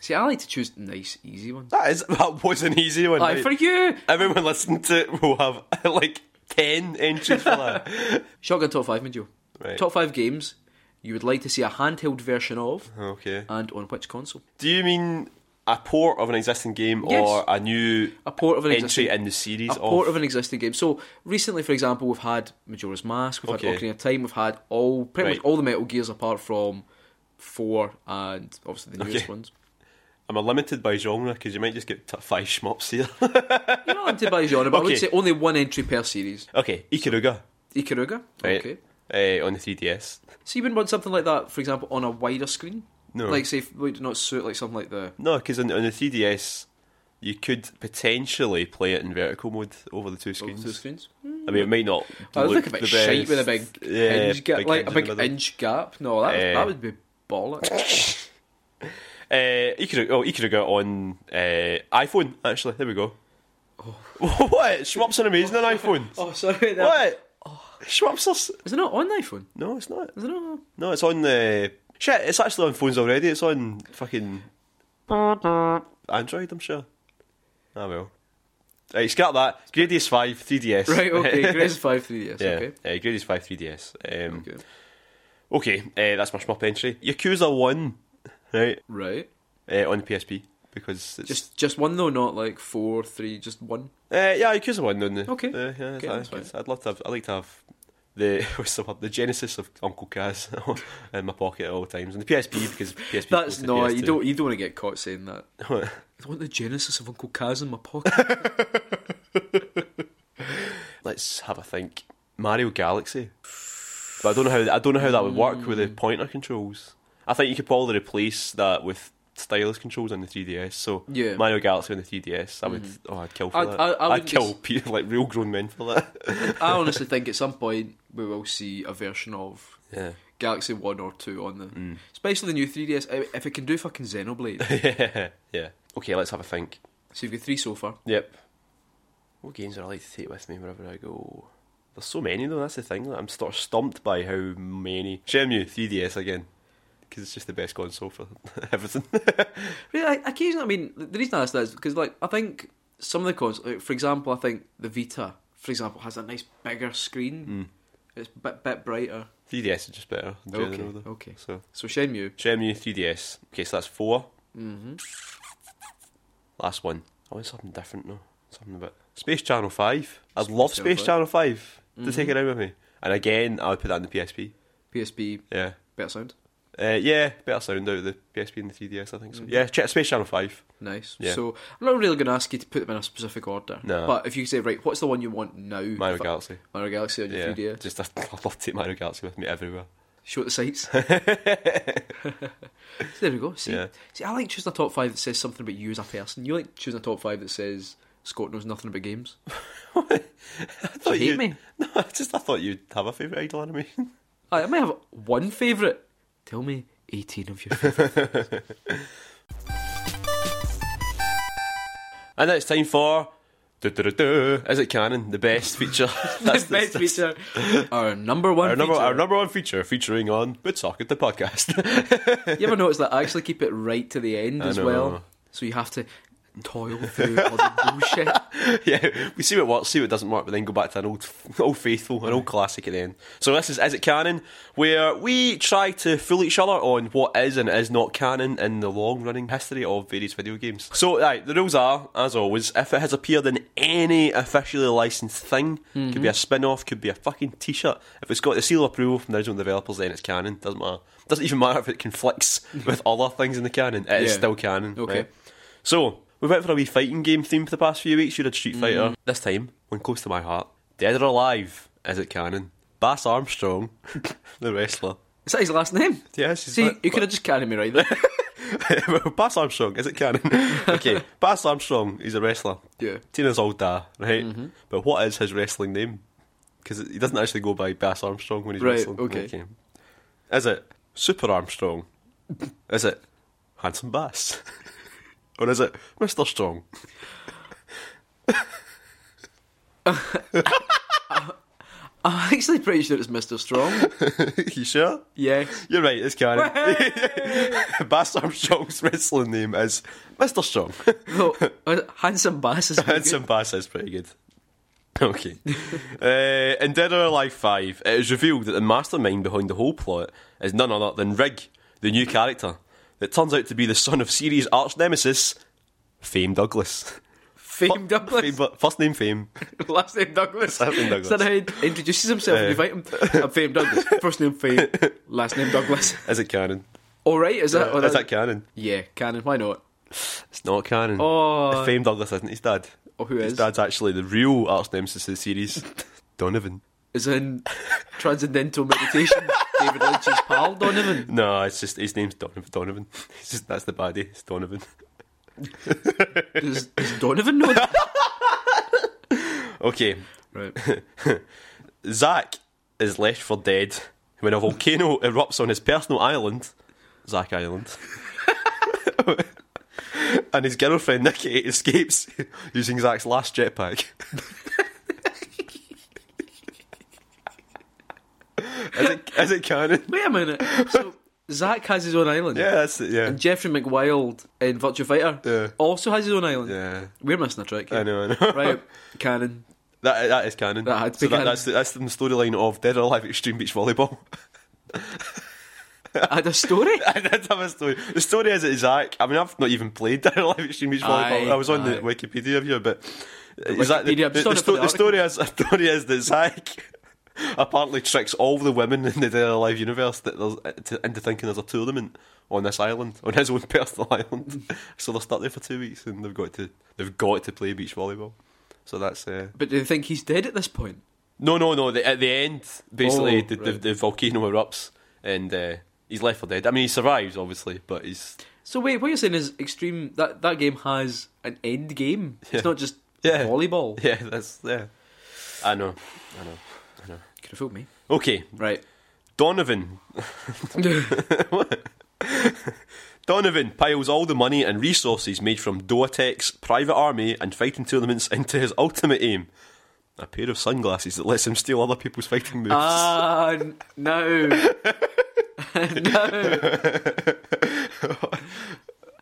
[SPEAKER 1] see, I like to choose nice, easy ones.
[SPEAKER 2] That is that was an easy one.
[SPEAKER 1] Aye,
[SPEAKER 2] right?
[SPEAKER 1] for you,
[SPEAKER 2] Everyone listening to it will have like ten entries for that.
[SPEAKER 1] Shotgun Top Five, me Joe.
[SPEAKER 2] Right.
[SPEAKER 1] Top five games you would like to see a handheld version of,
[SPEAKER 2] Okay.
[SPEAKER 1] and on which console?
[SPEAKER 2] Do you mean a port of an existing game
[SPEAKER 1] Yes.
[SPEAKER 2] or a new
[SPEAKER 1] A port of an
[SPEAKER 2] entry
[SPEAKER 1] existing
[SPEAKER 2] in the series
[SPEAKER 1] a port
[SPEAKER 2] of
[SPEAKER 1] of an existing game. So recently, for example, we've had Majora's Mask, we've
[SPEAKER 2] Okay.
[SPEAKER 1] had Ocarina of Time, we've had all pretty
[SPEAKER 2] Right.
[SPEAKER 1] much all the Metal Gears apart from four and obviously the newest
[SPEAKER 2] Okay.
[SPEAKER 1] ones.
[SPEAKER 2] I'm limited by genre because you might just get t- five shmups here.
[SPEAKER 1] You're not limited by genre, but I
[SPEAKER 2] Okay.
[SPEAKER 1] would say only one entry per series.
[SPEAKER 2] okay, Ikaruga.
[SPEAKER 1] Ikaruga,
[SPEAKER 2] Right.
[SPEAKER 1] okay.
[SPEAKER 2] Eh, on the 3DS.
[SPEAKER 1] So you wouldn't want something like that, for example, on a wider screen.
[SPEAKER 2] No.
[SPEAKER 1] Like say, if- would it not suit like something like the.
[SPEAKER 2] No, because on, on the 3DS, you could potentially play it in vertical mode over the two screens.
[SPEAKER 1] Two screens.
[SPEAKER 2] I mean, it might not.
[SPEAKER 1] I look,
[SPEAKER 2] look
[SPEAKER 1] a bit
[SPEAKER 2] the
[SPEAKER 1] shite
[SPEAKER 2] best.
[SPEAKER 1] with a big
[SPEAKER 2] yeah,
[SPEAKER 1] hinge gap, like
[SPEAKER 2] hinge
[SPEAKER 1] a
[SPEAKER 2] in the
[SPEAKER 1] big
[SPEAKER 2] middle.
[SPEAKER 1] inch gap. No, that,
[SPEAKER 2] Eh.
[SPEAKER 1] that would be bollocks.
[SPEAKER 2] Uh, you could oh, you could have got on uh, iPhone actually. There we go. what? Schmups are amazing on iPhone.
[SPEAKER 1] oh, sorry. That,
[SPEAKER 2] What? Schmups are. s-
[SPEAKER 1] Is it not on the iPhone?
[SPEAKER 2] No, it's not.
[SPEAKER 1] Is it not?
[SPEAKER 2] No, it's on the shit. It's actually on phones already. It's on fucking Android. I'm sure. Ah well. Right, scrap that. Gradius Five 3DS.
[SPEAKER 1] Right, okay. Grace 5 3DS,
[SPEAKER 2] yeah.
[SPEAKER 1] okay.
[SPEAKER 2] Uh, Gradius Five 3DS. Um,
[SPEAKER 1] Okay.
[SPEAKER 2] okay. Uh, that's my shmup entry. Yakuza One. Right.
[SPEAKER 1] Right.
[SPEAKER 2] Uh, on the PSP. because it's
[SPEAKER 1] Just just one though, not like four, three, just one.
[SPEAKER 2] Uh, yeah, Yakuza one, don't they?
[SPEAKER 1] Okay.
[SPEAKER 2] Uh, yeah,
[SPEAKER 1] Okay,
[SPEAKER 2] I-
[SPEAKER 1] that's fine.
[SPEAKER 2] I'd love to have. I'd like to have the what's the word? The genesis of Uncle Kaz in my pocket at all times, and the PSP because PSP.
[SPEAKER 1] That's
[SPEAKER 2] goes to
[SPEAKER 1] not. You
[SPEAKER 2] PS2.
[SPEAKER 1] don't. You don't want to get caught saying that. I want the genesis of Uncle Kaz in my pocket.
[SPEAKER 2] Let's have a think. Mario Galaxy. But I don't know how I don't know how that would work with the pointer controls. I think you could probably replace that with stylus controls on the 3DS. So
[SPEAKER 1] Yeah.
[SPEAKER 2] Mario Galaxy on the 3DS, I would oh I'd kill for
[SPEAKER 1] I-
[SPEAKER 2] that.
[SPEAKER 1] I- I
[SPEAKER 2] would
[SPEAKER 1] wouldn't
[SPEAKER 2] kill
[SPEAKER 1] dis-
[SPEAKER 2] pe- like real grown men for that.
[SPEAKER 1] I honestly think at some point we will see a version of
[SPEAKER 2] yeah.
[SPEAKER 1] Galaxy One or Two on the,
[SPEAKER 2] Mm.
[SPEAKER 1] especially the new 3DS. I- If it can do fucking Xenoblade,
[SPEAKER 2] yeah. Yeah. Okay, let's have a think.
[SPEAKER 1] so you've got three so far.
[SPEAKER 2] Yep. What games would I like to take with me wherever I go? There's so many though. That's the thing. like, I'm sort of stumped by how many. Shenmue 3DS again, because it's just the best console for everything.
[SPEAKER 1] Really, I, occasionally, I mean, the reason I ask that is because, like, I think some of the cons, like, for example, I think the Vita, for example, has a nice bigger screen. It's a bit, bit brighter.
[SPEAKER 2] 3DS Mm. is just better. In
[SPEAKER 1] Okay,
[SPEAKER 2] general, though.
[SPEAKER 1] okay.
[SPEAKER 2] So
[SPEAKER 1] So Shenmue.
[SPEAKER 2] Shenmue 3DS. Okay, so that's four.
[SPEAKER 1] Mm-hmm.
[SPEAKER 2] Last one. I want something different though. Something about Space Channel Five. I'd love
[SPEAKER 1] Channel Mm-hmm.
[SPEAKER 2] Space
[SPEAKER 1] 5.
[SPEAKER 2] Channel 5 to take it around with me. And again, I would put that in the PSP.
[SPEAKER 1] PSP,
[SPEAKER 2] Yeah.
[SPEAKER 1] better sound.
[SPEAKER 2] Uh, yeah, better sound out of the PSP and the 3DS, I think
[SPEAKER 1] Mm-hmm.
[SPEAKER 2] so. Yeah, check Space Channel 5.
[SPEAKER 1] Nice.
[SPEAKER 2] Yeah.
[SPEAKER 1] So I'm not really going to ask you to put them in a specific order.
[SPEAKER 2] No.
[SPEAKER 1] But if you say, right, what's the one you want now?
[SPEAKER 2] Mario
[SPEAKER 1] If I-
[SPEAKER 2] Galaxy.
[SPEAKER 1] Mario Galaxy on your
[SPEAKER 2] Yeah,
[SPEAKER 1] 3DS.
[SPEAKER 2] just I I'd love to take Mario Galaxy with me everywhere.
[SPEAKER 1] Show the sights. So there we go. See,
[SPEAKER 2] Yeah.
[SPEAKER 1] see, I like choosing a top five that says something about you as a person. You like choosing a top five that says Scott knows nothing about games.
[SPEAKER 2] I thought
[SPEAKER 1] hate
[SPEAKER 2] you'd-
[SPEAKER 1] me?
[SPEAKER 2] No, I just I thought you'd have a favourite idol animation.
[SPEAKER 1] I, I may have one favourite. Tell me 18 of your favourite.
[SPEAKER 2] And now it's time for. Du-du-du-du. Is it canon? The best feature. That's the-
[SPEAKER 1] best feature. Our number one
[SPEAKER 2] Our number,
[SPEAKER 1] feature.
[SPEAKER 2] our number one feature featuring on Bitsocket the podcast.
[SPEAKER 1] You ever notice that I actually keep it right to the end
[SPEAKER 2] I
[SPEAKER 1] as
[SPEAKER 2] know.
[SPEAKER 1] well? So you have to toil through all the bullshit.
[SPEAKER 2] yeah, we see what works, see what doesn't work, but then go back to an old, old faithful, an old classic at the end. So this is Is It Canon, where we try to fool each other on what is and is not canon in the long-running history of various video games. So right, the rules are, as always, if it has appeared in any officially licensed thing, could be
[SPEAKER 1] Mm-hmm.
[SPEAKER 2] a spin-off, could be a fucking t-shirt, if it's got the seal of approval from the original developers, then it's canon. Doesn't matter. Doesn't even matter if it conflicts with other things in the canon. It is
[SPEAKER 1] Yeah.
[SPEAKER 2] still canon.
[SPEAKER 1] Okay.
[SPEAKER 2] right? So, we went for a wee fighting game theme for the past few weeks. You did
[SPEAKER 1] Mm.
[SPEAKER 2] Street Fighter. This time, one close to my heart. Dead or Alive, is it canon? Bass Armstrong, the wrestler.
[SPEAKER 1] Is that his last name?
[SPEAKER 2] Yes, he's
[SPEAKER 1] See,
[SPEAKER 2] not-
[SPEAKER 1] you could have just carried me right there.
[SPEAKER 2] Bass Armstrong, is it canon? okay, Bass Armstrong, he's a wrestler.
[SPEAKER 1] Yeah. Mm-hmm.
[SPEAKER 2] Tina's old da, right? But what is his wrestling name? Because he doesn't actually go by Bass Armstrong when he's
[SPEAKER 1] Right,
[SPEAKER 2] wrestling.
[SPEAKER 1] okay.
[SPEAKER 2] Is it Super Armstrong? Is it Handsome Bass? or is it Mr. Strong?
[SPEAKER 1] I'm actually pretty sure it's Mr. Strong.
[SPEAKER 2] you sure?
[SPEAKER 1] Yes.
[SPEAKER 2] You're right, it's Karen. Bass Armstrong's wrestling name is Mr. Strong.
[SPEAKER 1] No, uh, handsome Bass is
[SPEAKER 2] Handsome Bass is pretty good. Okay. uh, in Dead or Alive 5, it is revealed that the mastermind behind the whole plot is none other than Rig, the new character, that turns out to be the son of series arch nemesis, Fame Douglas.
[SPEAKER 1] Fame Douglas.
[SPEAKER 2] Fame, first name Fame.
[SPEAKER 1] Last name Douglas.
[SPEAKER 2] Last name
[SPEAKER 1] Is
[SPEAKER 2] Douglas.
[SPEAKER 1] that how he introduces himself when you fight him? I'm Fame Douglas. First name Fame. Last name Douglas.
[SPEAKER 2] Is it canon?
[SPEAKER 1] All right, is Oh, that? or
[SPEAKER 2] is that canon?
[SPEAKER 1] yeah, canon. Why not?
[SPEAKER 2] It's not canon.
[SPEAKER 1] Oh.
[SPEAKER 2] Fame Douglas isn't his dad.
[SPEAKER 1] Oh, who
[SPEAKER 2] his
[SPEAKER 1] is?
[SPEAKER 2] dad's actually the real arch nemesis of the series, Donovan.
[SPEAKER 1] Is in transcendental meditation. David Lynch's pal Donovan.
[SPEAKER 2] No, it's just his name's Donovan. Donovan. It's just that's the baddie. It's Donovan.
[SPEAKER 1] Does, does Donovan know that?
[SPEAKER 2] Okay,
[SPEAKER 1] Right.
[SPEAKER 2] Zack is left for dead when a volcano erupts on his personal island, Zack Island. and his girlfriend Nikki escapes using Zack's last jetpack. is it is it canon?
[SPEAKER 1] Wait a minute. So Zach has his own island.
[SPEAKER 2] Yeah, that's it. Yeah,
[SPEAKER 1] And Jeffrey McWild in Virtua Fighter
[SPEAKER 2] Yeah.
[SPEAKER 1] also has his own island.
[SPEAKER 2] yeah.
[SPEAKER 1] We're missing a trick. here.
[SPEAKER 2] I know, I know.
[SPEAKER 1] Right, canon.
[SPEAKER 2] That that is canon.
[SPEAKER 1] That had to
[SPEAKER 2] so
[SPEAKER 1] be canon.
[SPEAKER 2] That, that's the, that's the storyline of Dead or Alive Extreme Beach Volleyball.
[SPEAKER 1] I had a story.
[SPEAKER 2] I did have a story. The story is that Zach. I mean, I've not even played Daryl Extreme Beach Volleyball.
[SPEAKER 1] Aye,
[SPEAKER 2] I was on the
[SPEAKER 1] aye.
[SPEAKER 2] Wikipedia of you, but is that the,
[SPEAKER 1] Wikipedia, I'm
[SPEAKER 2] the,
[SPEAKER 1] just
[SPEAKER 2] the,
[SPEAKER 1] on it for
[SPEAKER 2] sto-
[SPEAKER 1] the
[SPEAKER 2] the story is the story is that Zach apparently tricks all the women in the Dead or Alive universe that there's, uh, to, into thinking there's a tournament on this island, on his own personal island.
[SPEAKER 1] Mm.
[SPEAKER 2] so they're stuck there for two weeks, and they've got to they've got to play beach volleyball. So that's uh,
[SPEAKER 1] But do they think he's dead at this point?
[SPEAKER 2] no, no, no. The, at the end, basically,
[SPEAKER 1] Oh,
[SPEAKER 2] the, the,
[SPEAKER 1] right.
[SPEAKER 2] the volcano erupts and uh, he's left for dead. I mean, he survives, obviously, but he's
[SPEAKER 1] So wait, what you're saying is extreme. That that game has an end game.
[SPEAKER 2] Yeah.
[SPEAKER 1] It's not just
[SPEAKER 2] Yeah.
[SPEAKER 1] volleyball.
[SPEAKER 2] yeah, that's yeah. I know, I know, I know.
[SPEAKER 1] Could have fooled me.
[SPEAKER 2] Okay,
[SPEAKER 1] Right.
[SPEAKER 2] Donovan, Donovan piles all the money and resources made from Doatek's private army and fighting tournaments into his ultimate aim. A pair of sunglasses that lets him steal other people's fighting moves.
[SPEAKER 1] Ah, n- no. no.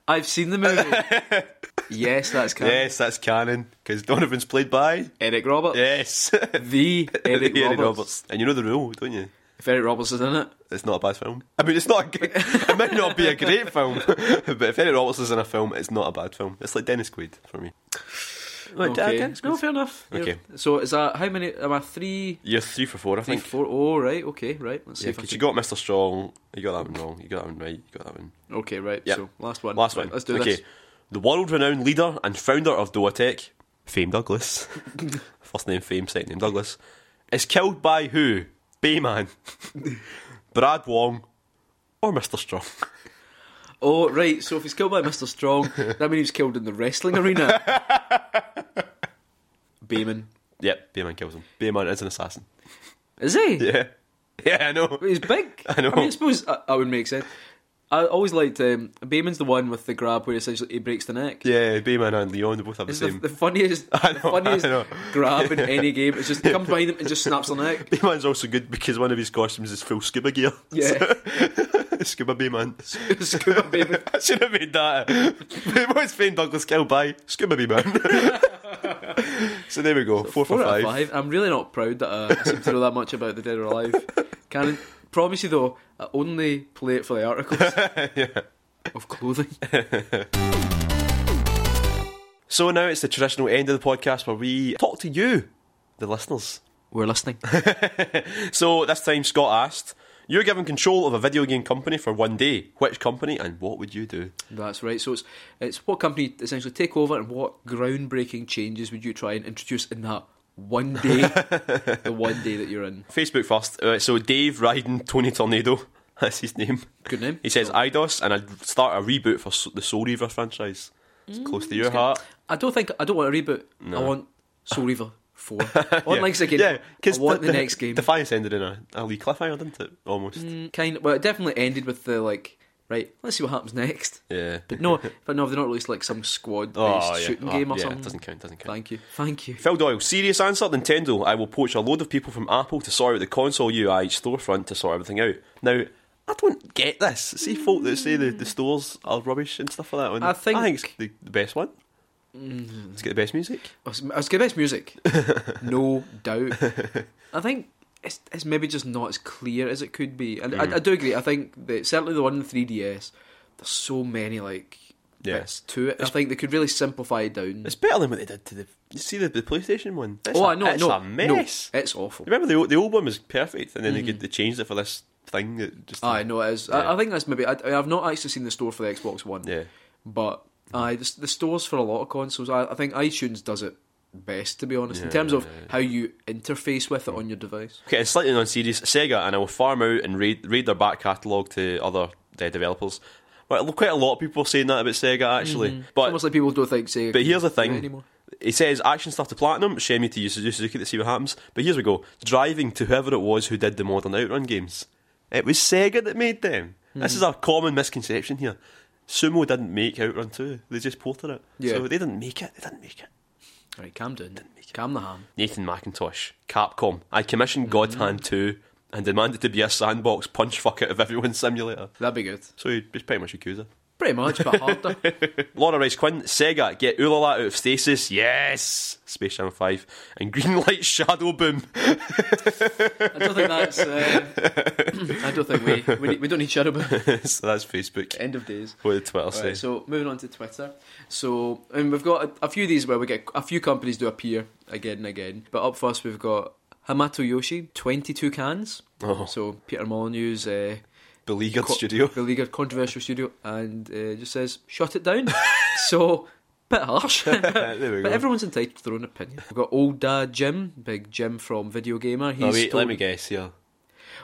[SPEAKER 1] I've seen the movie. yes, that's canon.
[SPEAKER 2] yes, that's canon, because Donovan's played by.
[SPEAKER 1] Eric Roberts.
[SPEAKER 2] Yes.
[SPEAKER 1] The Eric
[SPEAKER 2] Eric
[SPEAKER 1] Roberts.
[SPEAKER 2] And you know the rule, don't you?
[SPEAKER 1] If Eric Roberts is in it,
[SPEAKER 2] It's not a bad film. I mean, it's not. A good, it might not be a great film, but if Eric Roberts is in a film, it's not a bad film. It's like Dennis Quaid for me. Like,
[SPEAKER 1] okay.
[SPEAKER 2] Dennis
[SPEAKER 1] no,
[SPEAKER 2] Quaid.
[SPEAKER 1] fair enough.
[SPEAKER 2] Okay.
[SPEAKER 1] You're- So is that how many? Am I three,
[SPEAKER 2] You're three for four, I
[SPEAKER 1] three,
[SPEAKER 2] think.
[SPEAKER 1] four? Oh, right. Okay, right. Let's see
[SPEAKER 2] Yeah,
[SPEAKER 1] if I
[SPEAKER 2] 'cause
[SPEAKER 1] can.
[SPEAKER 2] you got Mr. Strong, you got that one wrong, you got that one right, you got that one.
[SPEAKER 1] Okay, right.
[SPEAKER 2] Yep.
[SPEAKER 1] So last one.
[SPEAKER 2] Last
[SPEAKER 1] Right,
[SPEAKER 2] one.
[SPEAKER 1] Let's do
[SPEAKER 2] okay.
[SPEAKER 1] this.
[SPEAKER 2] The world renowned leader and founder of Doatech, Fame Douglas, first name Fame, second name Douglas, is killed by who? Bayman, Brad Wong, or Mr. Strong?
[SPEAKER 1] Oh, right. So if he's killed by Mr. Strong, that means he was killed in the wrestling arena. Bayman.
[SPEAKER 2] Yep, Bayman kills him. Bayman is an assassin.
[SPEAKER 1] Is he?
[SPEAKER 2] Yeah. Yeah, I know.
[SPEAKER 1] But he's big.
[SPEAKER 2] I know.
[SPEAKER 1] I, mean, I suppose uh, that would make sense. I always liked um, Bayman's the one with the grab where essentially he breaks the neck.
[SPEAKER 2] Yeah, Bayman and Leon, they both have the
[SPEAKER 1] It's the,
[SPEAKER 2] same.
[SPEAKER 1] the funniest, the
[SPEAKER 2] I know,
[SPEAKER 1] funniest
[SPEAKER 2] I know.
[SPEAKER 1] grab in any game. It's just comes behind him and just snaps the neck.
[SPEAKER 2] Bayman's also good because one of his costumes is full scuba gear.
[SPEAKER 1] Yeah.
[SPEAKER 2] scuba Bayman.
[SPEAKER 1] Scuba Bayman.
[SPEAKER 2] I should have made that. It was Fane Douglas killed by Scuba Bee Man. so there we go. Four,
[SPEAKER 1] Four
[SPEAKER 2] for
[SPEAKER 1] out
[SPEAKER 2] five.
[SPEAKER 1] of five. I'm really not proud that uh, I seem to know that much about the Dead or Alive. Can promise you though, I only play it for the articles of clothing.
[SPEAKER 2] So now it's the traditional end of the podcast where we talk to you, the listeners.
[SPEAKER 1] We're listening.
[SPEAKER 2] So this time Scott asked, You're given control of a video game company for one day. Which company and what would you do?
[SPEAKER 1] That's right. So it's it's what company essentially take over and what groundbreaking changes would you try and introduce in that one day, the one day that you're in.
[SPEAKER 2] Facebook first. Uh, so Dave Ryden, Tony Tornado. That's his name.
[SPEAKER 1] Good name.
[SPEAKER 2] He says IDOS, and I'd start a reboot for S- the Soul Reaver franchise.
[SPEAKER 1] Mm,
[SPEAKER 2] It's close to your heart.
[SPEAKER 1] I don't think I don't want a reboot. I want Soul Reaver Four. I want Link's again.
[SPEAKER 2] Yeah,
[SPEAKER 1] I
[SPEAKER 2] 'cause
[SPEAKER 1] want the, next game.
[SPEAKER 2] Defiance ended in a, a wee cliffhanger, didn't it? Almost.
[SPEAKER 1] Mm, kind well, it definitely ended with the like. Right, let's see what happens next.
[SPEAKER 2] Yeah.
[SPEAKER 1] But no, but no, they've not released like some squad-based shooting
[SPEAKER 2] Oh,
[SPEAKER 1] game or
[SPEAKER 2] yeah,
[SPEAKER 1] something.
[SPEAKER 2] Doesn't count. Doesn't count.
[SPEAKER 1] Thank you, thank you.
[SPEAKER 2] Phil Doyle, serious answer, Nintendo. I will poach a load of people from Apple to sort out the console UI storefront to sort everything out. Now, I don't get this. See folk that say the, the stores are rubbish and stuff like that. and
[SPEAKER 1] I think- Mm.
[SPEAKER 2] I think it's the, the best one. It's got the best music.
[SPEAKER 1] I was, I was gonna best music, no doubt. I think it's, it's maybe just not as clear as it could be, and
[SPEAKER 2] Mm.
[SPEAKER 1] I, I do agree. I think that certainly the one in 3DS, there's so many like
[SPEAKER 2] Yeah.
[SPEAKER 1] bits to it. I think they could really simplify it down.
[SPEAKER 2] It's better than what they did to the. You see the, the PlayStation one? It's
[SPEAKER 1] oh,
[SPEAKER 2] a-
[SPEAKER 1] I know,
[SPEAKER 2] It's
[SPEAKER 1] no, Mm.
[SPEAKER 2] a mess.
[SPEAKER 1] no, it's awful.
[SPEAKER 2] Remember the old- the old one was perfect, and then they could, they changed it for this thing that just.
[SPEAKER 1] I know it is. I, I think that's maybe. I, I've not actually seen the store for the Xbox One.
[SPEAKER 2] Yeah.
[SPEAKER 1] But I the, the stores for a lot of consoles. I, I think iTunes does it best, to be honest, in terms of how you interface with it
[SPEAKER 2] Mm.
[SPEAKER 1] on your device.
[SPEAKER 2] Okay, it's slightly non-serious. Sega, and I will farm out and raid, raid their back catalogue to other uh, developers. Well, quite a lot of people are saying that about Sega, actually.
[SPEAKER 1] It's
[SPEAKER 2] But
[SPEAKER 1] almost Mm-hmm. like people don't think Sega.
[SPEAKER 2] but
[SPEAKER 1] can
[SPEAKER 2] here's the
[SPEAKER 1] do it
[SPEAKER 2] thing.
[SPEAKER 1] anymore.
[SPEAKER 2] It says action stuff to platinum. Shame you to use Suzu- Suzuki to see what happens. But here's we go. Driving to whoever it was who did the modern Outrun games. It was Sega that made them. This
[SPEAKER 1] Hmm.
[SPEAKER 2] is a common misconception here. Sumo didn't make Outrun 2. They just ported it.
[SPEAKER 1] Yeah.
[SPEAKER 2] So they didn't make it. They didn't make it.
[SPEAKER 1] All right, calm down. Calm the ham.
[SPEAKER 2] Nathan McIntosh, Capcom. I commissioned God Hand 2 and demanded to be a sandbox punch fuck out of everyone simulator.
[SPEAKER 1] That'd be good.
[SPEAKER 2] So it's pretty much Yakuza.
[SPEAKER 1] Pretty much, but harder.
[SPEAKER 2] Laura Rice Quinn, Sega, get Ulala out of stasis. Yes! Space Channel 5. And Greenlight Shadow Boom.
[SPEAKER 1] I don't think that's. Uh, I don't think we we, need, we don't need shadow ban.
[SPEAKER 2] so that's Facebook.
[SPEAKER 1] End of days.
[SPEAKER 2] What did Twitter say?
[SPEAKER 1] Right, so moving on to Twitter. So and we've got a, a few of these where we get a few companies do appear again and again. But up first we've got Hamato Yoshi, twenty two cans.
[SPEAKER 2] Oh.
[SPEAKER 1] So Peter Molyneux's uh,
[SPEAKER 2] Beleaguered
[SPEAKER 1] co-
[SPEAKER 2] Studio.
[SPEAKER 1] beleaguered controversial studio, and uh, just says shut it down. so bit harsh.
[SPEAKER 2] there we
[SPEAKER 1] But
[SPEAKER 2] go.
[SPEAKER 1] everyone's entitled to their own opinion. We've got old dad Jim, big Jim from Video Gamer. He's
[SPEAKER 2] oh, wait,
[SPEAKER 1] told-
[SPEAKER 2] let me guess here.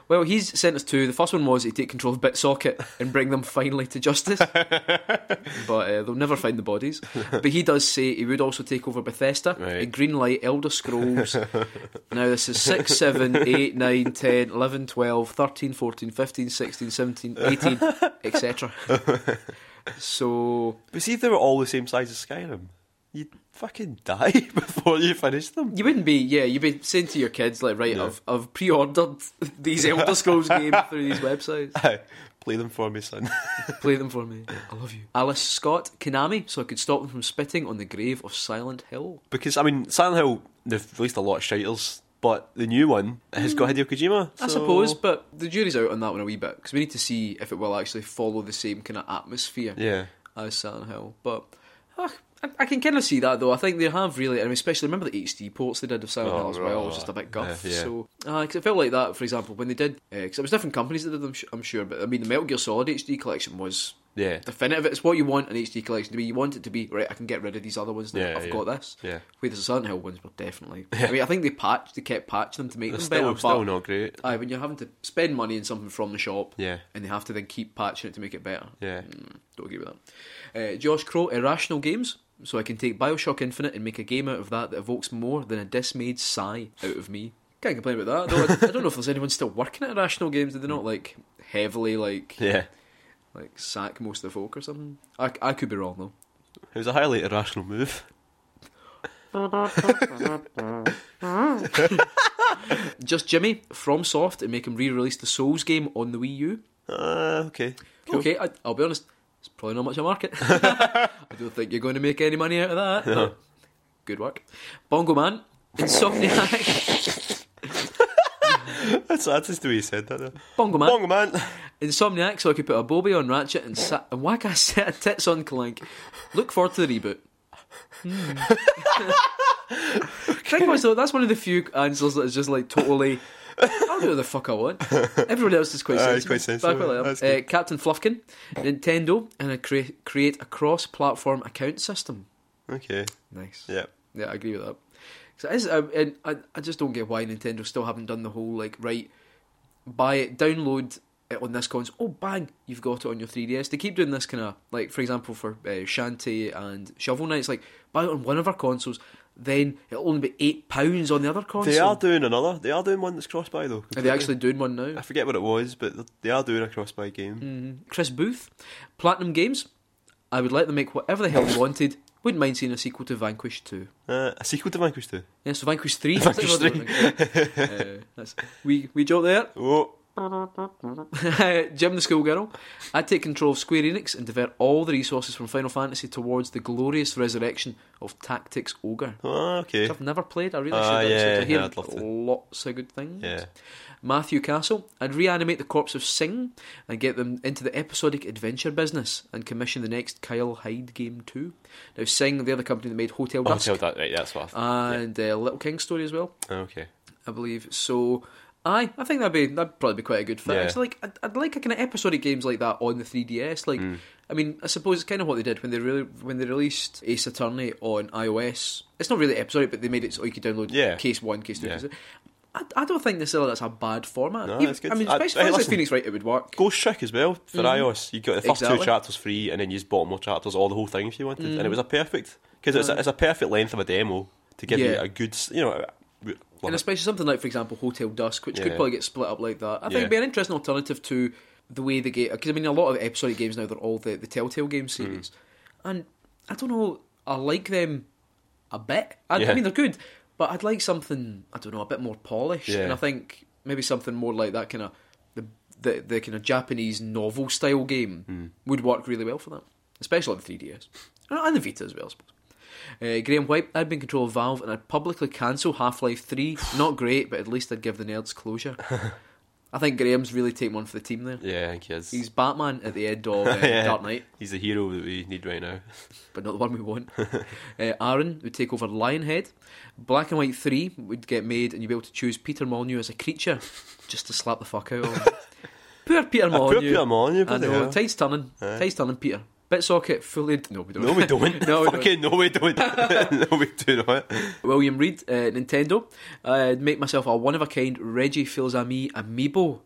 [SPEAKER 1] Well, he's sent us two. The first one was he take control of Bitsocket and bring them finally to justice. but uh, they'll never find the bodies. But he does say he would also take over Bethesda,
[SPEAKER 2] Right.
[SPEAKER 1] and Greenlight, Elder Scrolls. now, this is 6, 7, 8, 9, 10, 11, 12, 13, 14, 15, 16, 17, 18, etc. So,
[SPEAKER 2] But see if they were all the same size as Skyrim, you'd fucking die before you finish them.
[SPEAKER 1] you wouldn't be, yeah, you'd be saying to your kids, like, right,
[SPEAKER 2] No.
[SPEAKER 1] I've, I've pre ordered these Elder Scrolls games through these websites.
[SPEAKER 2] Aye, Play them for me, son.
[SPEAKER 1] Play them for me. I love you. Alice Scott, Konami, so I could stop them from spitting on the grave of Silent Hill.
[SPEAKER 2] Because, I mean, Silent Hill, they've released a lot of titles, but the new one has got Hideo Kojima.
[SPEAKER 1] Hmm. I
[SPEAKER 2] so-
[SPEAKER 1] suppose, but the jury's out on that one a wee bit because we need to see if it will actually follow the same kind of atmosphere
[SPEAKER 2] Yeah.
[SPEAKER 1] as Silent Hill. But ah, I, I can kind of see that though. I think they have really, and especially remember the HD ports they did of Silent
[SPEAKER 2] Oh,
[SPEAKER 1] Hill as well. It was
[SPEAKER 2] right.
[SPEAKER 1] just a bit guff.
[SPEAKER 2] Yeah, yeah.
[SPEAKER 1] So because it felt like that, for example, when they did, because it was different companies that did them, I'm sure. But I mean, the Metal Gear Solid HD collection was
[SPEAKER 2] Yeah.
[SPEAKER 1] definitive. It's what you want an HD collection to be. You want it to be right. I can get rid of these other ones. Now.
[SPEAKER 2] Yeah,
[SPEAKER 1] I've
[SPEAKER 2] yeah.
[SPEAKER 1] got this.
[SPEAKER 2] Yeah.
[SPEAKER 1] Wait, the Silent Hill ones were definitely. I mean, I think they patched. They kept patching them to make
[SPEAKER 2] They're
[SPEAKER 1] them
[SPEAKER 2] still,
[SPEAKER 1] better.
[SPEAKER 2] still
[SPEAKER 1] but
[SPEAKER 2] not great.
[SPEAKER 1] aye, when you're having to spend money on something from the shop,
[SPEAKER 2] Yeah.
[SPEAKER 1] and they have to then keep patching it to make it better.
[SPEAKER 2] Yeah.
[SPEAKER 1] Mm, don't agree with that. Uh, Josh Crow, Irrational Games. So I can take Bioshock Infinite and make a game out of that that evokes more than a dismayed sigh out of me. Can't complain about that. Though I, I don't know if there's anyone still working at Irrational Games. Did they not like heavily like
[SPEAKER 2] Yeah.
[SPEAKER 1] like sack most of the folk or something. I, I could be wrong though.
[SPEAKER 2] It was a highly irrational move.
[SPEAKER 1] Just Jimmy from Soft and make him re-release the Souls game on the Wii U.
[SPEAKER 2] Uh, okay. Cool.
[SPEAKER 1] Okay, I, I'll be honest. It's probably not much of a market. I don't think you're going to make any money out of that. but Good work, Bongo Man. Insomniac,
[SPEAKER 2] That's, that's just the way you said that. though.
[SPEAKER 1] Bongo Man,
[SPEAKER 2] Bongo man.
[SPEAKER 1] Insomniac. So I could put a Bobby on Ratchet and, sa- and whack a set of tits on Clank. Look forward to the reboot. Hmm. Thing was though, that's one of the few answers that is just like totally. I'll do what the fuck I want. Everybody else is quite
[SPEAKER 2] Aye,
[SPEAKER 1] sensible.
[SPEAKER 2] quite sensible.
[SPEAKER 1] But I quite like
[SPEAKER 2] That's
[SPEAKER 1] them. Uh, Captain Fluffkin, Nintendo, and I crea- create a cross-platform account system.
[SPEAKER 2] Okay.
[SPEAKER 1] Nice.
[SPEAKER 2] Yeah.
[SPEAKER 1] Yeah, I agree with that. 'Cause it is, I, and I, I just don't get why Nintendo still haven't done the whole like right, buy it, download it on this console. Oh, bang! You've got it on your 3DS. They keep doing this kind of like, for example, for uh, Shantae and Shovel Knight. It's like buy it on one of our consoles, then it'll only be eight pounds on the other console.
[SPEAKER 2] They are doing another. They are doing one that's cross by though.
[SPEAKER 1] Are they
[SPEAKER 2] completely.
[SPEAKER 1] actually doing one now? Mm-hmm.
[SPEAKER 2] I forget what it was, but they are doing a cross by game.
[SPEAKER 1] Hmm. Chris Booth, Platinum Games. I would let them make whatever the hell they wanted. Wouldn't mind seeing a sequel to Vanquish 2.
[SPEAKER 2] Uh, a sequel to Vanquish 2.
[SPEAKER 1] Yeah, so Vanquish 3.
[SPEAKER 2] Vanquish
[SPEAKER 1] Uh, that's, we, we joke there.
[SPEAKER 2] Oh,
[SPEAKER 1] Jim the schoolgirl. I'd take control of Square Enix and divert all the resources from Final Fantasy towards the glorious resurrection of Tactics Ogre.
[SPEAKER 2] ah, okay.
[SPEAKER 1] Which I've never played. I really
[SPEAKER 2] Ah,
[SPEAKER 1] should.
[SPEAKER 2] yeah,
[SPEAKER 1] actually. I hear
[SPEAKER 2] yeah, I'd love to.
[SPEAKER 1] lots of good things.
[SPEAKER 2] Yeah.
[SPEAKER 1] Matthew Castle. I'd reanimate the corpse of Singh and get them into the episodic adventure business and commission the next Kyle Hyde game too. Now Singh, they're the company that made Hotel
[SPEAKER 2] Oh,
[SPEAKER 1] Dusk
[SPEAKER 2] that, right, that's what I
[SPEAKER 1] and uh, Little King Story as well.
[SPEAKER 2] Okay.
[SPEAKER 1] I believe. So, I I think that'd be that'd probably be quite a good fit.
[SPEAKER 2] Yeah.
[SPEAKER 1] Actually, like I'd, I'd like a kind of episodic games like that on the 3DS. Like,
[SPEAKER 2] Mm.
[SPEAKER 1] I mean, I suppose it's kind of what they did when they really when they released Ace Attorney on iOS. It's not really episodic, but they made it so you could download
[SPEAKER 2] Yeah.
[SPEAKER 1] case one, case two.
[SPEAKER 2] Yeah.
[SPEAKER 1] Case I, I don't think necessarily that's a bad format.
[SPEAKER 2] No,
[SPEAKER 1] Even-
[SPEAKER 2] that's good.
[SPEAKER 1] I mean,
[SPEAKER 2] I-
[SPEAKER 1] especially
[SPEAKER 2] hey,
[SPEAKER 1] Fantasy
[SPEAKER 2] listen.
[SPEAKER 1] Phoenix, right? It would work.
[SPEAKER 2] Ghost Trick as well for iOS. You got the first
[SPEAKER 1] Mm-hmm. Exactly. Mm-hmm.
[SPEAKER 2] two chapters free, and then you just bought more chapters or the whole thing if you wanted. And it was a perfect because it's, a- it's a perfect length of a demo to give you
[SPEAKER 1] Yeah.
[SPEAKER 2] a good, s- you know. a- w- love
[SPEAKER 1] And
[SPEAKER 2] it.
[SPEAKER 1] especially something like, for example, Hotel Dusk, which could
[SPEAKER 2] Yeah.
[SPEAKER 1] probably get split up like that. I think
[SPEAKER 2] Yeah.
[SPEAKER 1] it'd be an interesting alternative to the way the game. Because I mean, a lot of episodic games now they're all the, the Telltale
[SPEAKER 2] Hmm.
[SPEAKER 1] game series, and I don't know. I like them a bit. I, I
[SPEAKER 2] Yeah.
[SPEAKER 1] mean, they're good, but I'd like something I don't know a bit more polished.
[SPEAKER 2] Yeah.
[SPEAKER 1] And I think maybe something more like that kind of the the the kind of Japanese novel style game
[SPEAKER 2] Hmm.
[SPEAKER 1] would work really well for that, especially on the 3DS and the Vita as well. I suppose. Uh, Graham White, I'd be in control of Valve and I'd publicly cancel Half Life 3. Not great, but at least I'd give the nerds closure. I think Graham's really taking one for the team there.
[SPEAKER 2] Yeah, I think he is.
[SPEAKER 1] He's Batman at the end of uh,
[SPEAKER 2] Yeah.
[SPEAKER 1] Dark Knight,
[SPEAKER 2] He's the hero that we need right now.
[SPEAKER 1] but not the one we want. uh, Aaron would take over Lionhead. Black and White 3 would get made, and you'd be able to choose Peter Molyneux as a creature just to slap the fuck out of him. Poor Peter
[SPEAKER 2] I put
[SPEAKER 1] Molyneux.
[SPEAKER 2] him on you,
[SPEAKER 1] Oh, I
[SPEAKER 2] bloody
[SPEAKER 1] know,
[SPEAKER 2] hell.
[SPEAKER 1] tide's turning. Tide's turning, Peter. Bitsocket fully. No, we don't.
[SPEAKER 2] No, we don't.
[SPEAKER 1] No, we don't.
[SPEAKER 2] Fucking no, we don't. no, we do not.
[SPEAKER 1] William Reed, uh, Nintendo. I'd make myself a one of a kind Reggie feels a me amiibo.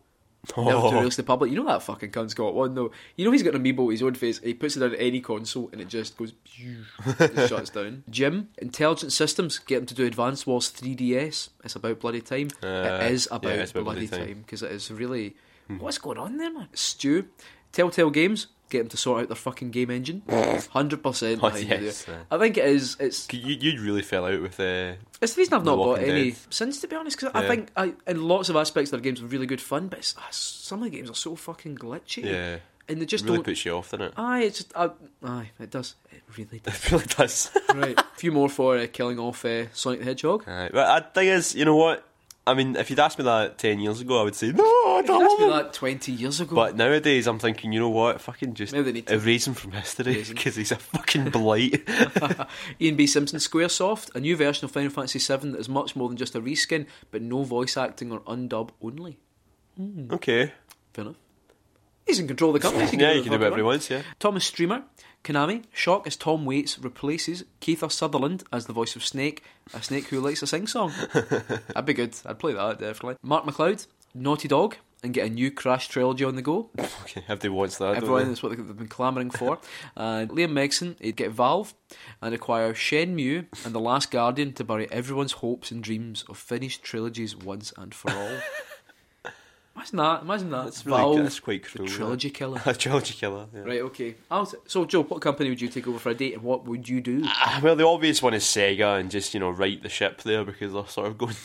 [SPEAKER 1] Never to
[SPEAKER 2] Oh.
[SPEAKER 1] release to the public. You know that fucking cunt's got one though. You know he's got an amiibo with his own face. He puts it down at any console and it just goes. just shuts down. Jim, intelligent systems. Get him to do Advanced Wars 3DS. It's about bloody time.
[SPEAKER 2] Uh,
[SPEAKER 1] it is about,
[SPEAKER 2] yeah, it's about
[SPEAKER 1] bloody
[SPEAKER 2] bloody
[SPEAKER 1] time
[SPEAKER 2] time. Hmm.
[SPEAKER 1] because it is really. What's going on there, man? Stu, Telltale Games. Get them to sort out their fucking game engine. Hundred percent.
[SPEAKER 2] Oh, yes.
[SPEAKER 1] I think it is. It's
[SPEAKER 2] You, you really fell out with uh,
[SPEAKER 1] it's the reason I've
[SPEAKER 2] The
[SPEAKER 1] not bought
[SPEAKER 2] Walking
[SPEAKER 1] any
[SPEAKER 2] Dead.
[SPEAKER 1] since, to be honest, because I
[SPEAKER 2] Yeah.
[SPEAKER 1] think I, in lots of aspects their games are really good fun, but it's, ah, some of the games are so fucking glitchy,
[SPEAKER 2] yeah.
[SPEAKER 1] and they just
[SPEAKER 2] really
[SPEAKER 1] don't.
[SPEAKER 2] puts you off, doesn't it?
[SPEAKER 1] Aye, it's just uh, aye, it does. It really does.
[SPEAKER 2] It really does.
[SPEAKER 1] right, a few more for uh, killing off uh, Sonic the Hedgehog.
[SPEAKER 2] Right. But the thing is, you know what? I mean, if you'd asked me that ten years ago, I would say no, I
[SPEAKER 1] It
[SPEAKER 2] don't
[SPEAKER 1] has
[SPEAKER 2] want
[SPEAKER 1] been
[SPEAKER 2] him."
[SPEAKER 1] like twenty years ago.
[SPEAKER 2] But nowadays, I'm thinking, you know what? Fucking just
[SPEAKER 1] Maybe they need to-
[SPEAKER 2] erase him from history
[SPEAKER 1] Erase him.
[SPEAKER 2] because he's a fucking blight.
[SPEAKER 1] Ian B. Simpson, SquareSoft, a new version of Final Fantasy VII that is much more than just a reskin, but no voice acting or undub only.
[SPEAKER 2] okay.
[SPEAKER 1] Fair enough. He's in control of the company. he
[SPEAKER 2] Yeah,
[SPEAKER 1] do the fuck
[SPEAKER 2] you can do
[SPEAKER 1] he
[SPEAKER 2] whatever he
[SPEAKER 1] wants.
[SPEAKER 2] wants. Yeah.
[SPEAKER 1] Thomas Streamer, Konami, shock as Tom Waits replaces Keith Sutherland as the voice of Snake, a snake who likes to sing song. That'd be good. I'd play that definitely. Mark McLeod, Naughty Dog, and get a new Crash trilogy on the go.
[SPEAKER 2] Okay. If they wants that,
[SPEAKER 1] Everyone,
[SPEAKER 2] don't
[SPEAKER 1] that's what they've been clamouring for. And Liam Megson, he'd get Valve and acquire Shenmue and The Last Guardian to bury everyone's hopes and dreams of finished trilogies once and for all. Imagine that! Imagine that!
[SPEAKER 2] That's really-
[SPEAKER 1] Valve,
[SPEAKER 2] that's quite
[SPEAKER 1] the
[SPEAKER 2] cruel, yeah.
[SPEAKER 1] trilogy killer.
[SPEAKER 2] they? a trilogy killer. Yeah.
[SPEAKER 1] Right, okay. I'll t- so, Joe, what company would you take over for a date and what would you do?
[SPEAKER 2] Ah, Well, the obvious one is Sega and just, you know, right the ship there because they're sort of going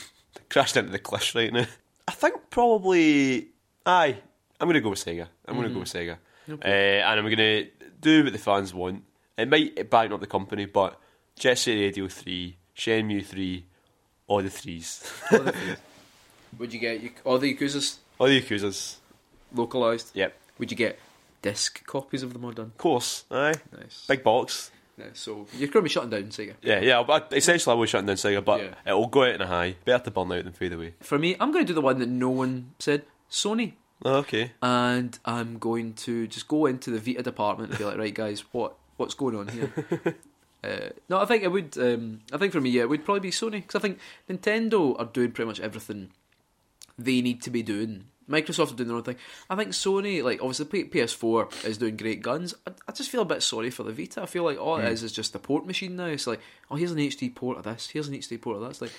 [SPEAKER 2] crashed into the cliff right now. I think probably. Aye, I'm going to go with Sega. I'm going to go with Sega. Uh, and I'm going to do what the fans want. It might bankrupt the company, but Jet Set Radio 3, Shenmue 3, all the threes.
[SPEAKER 1] Would you get Yak- all the Yakuza's
[SPEAKER 2] all the Yakuza's.
[SPEAKER 1] localised?
[SPEAKER 2] Yep.
[SPEAKER 1] Would you get disc copies of them all done?
[SPEAKER 2] Of course. Aye.
[SPEAKER 1] Nice.
[SPEAKER 2] Big box.
[SPEAKER 1] Yeah, so, you're going to be shutting down Sega.
[SPEAKER 2] Yeah, yeah. But essentially, I was shutting down Sega, but
[SPEAKER 1] Yeah.
[SPEAKER 2] it'll go out in a high. Better to burn out than fade away.
[SPEAKER 1] For me, I'm going to do the one that no one said Sony.
[SPEAKER 2] Oh, okay.
[SPEAKER 1] And I'm going to just go into the Vita department and be like, right, guys, what what's going on here? Uh, no, I think it would. Um, I think for me, yeah, it would probably be Sony because I think Nintendo are doing pretty much everything they need to be doing. Microsoft are doing their own thing. I think Sony, like obviously P- PS4 is doing great guns. I, I just feel a bit sorry for the Vita. I feel like all it is is just a port machine now. It's like, oh, here's an HD port of this. Here's an HD port of that. It's like,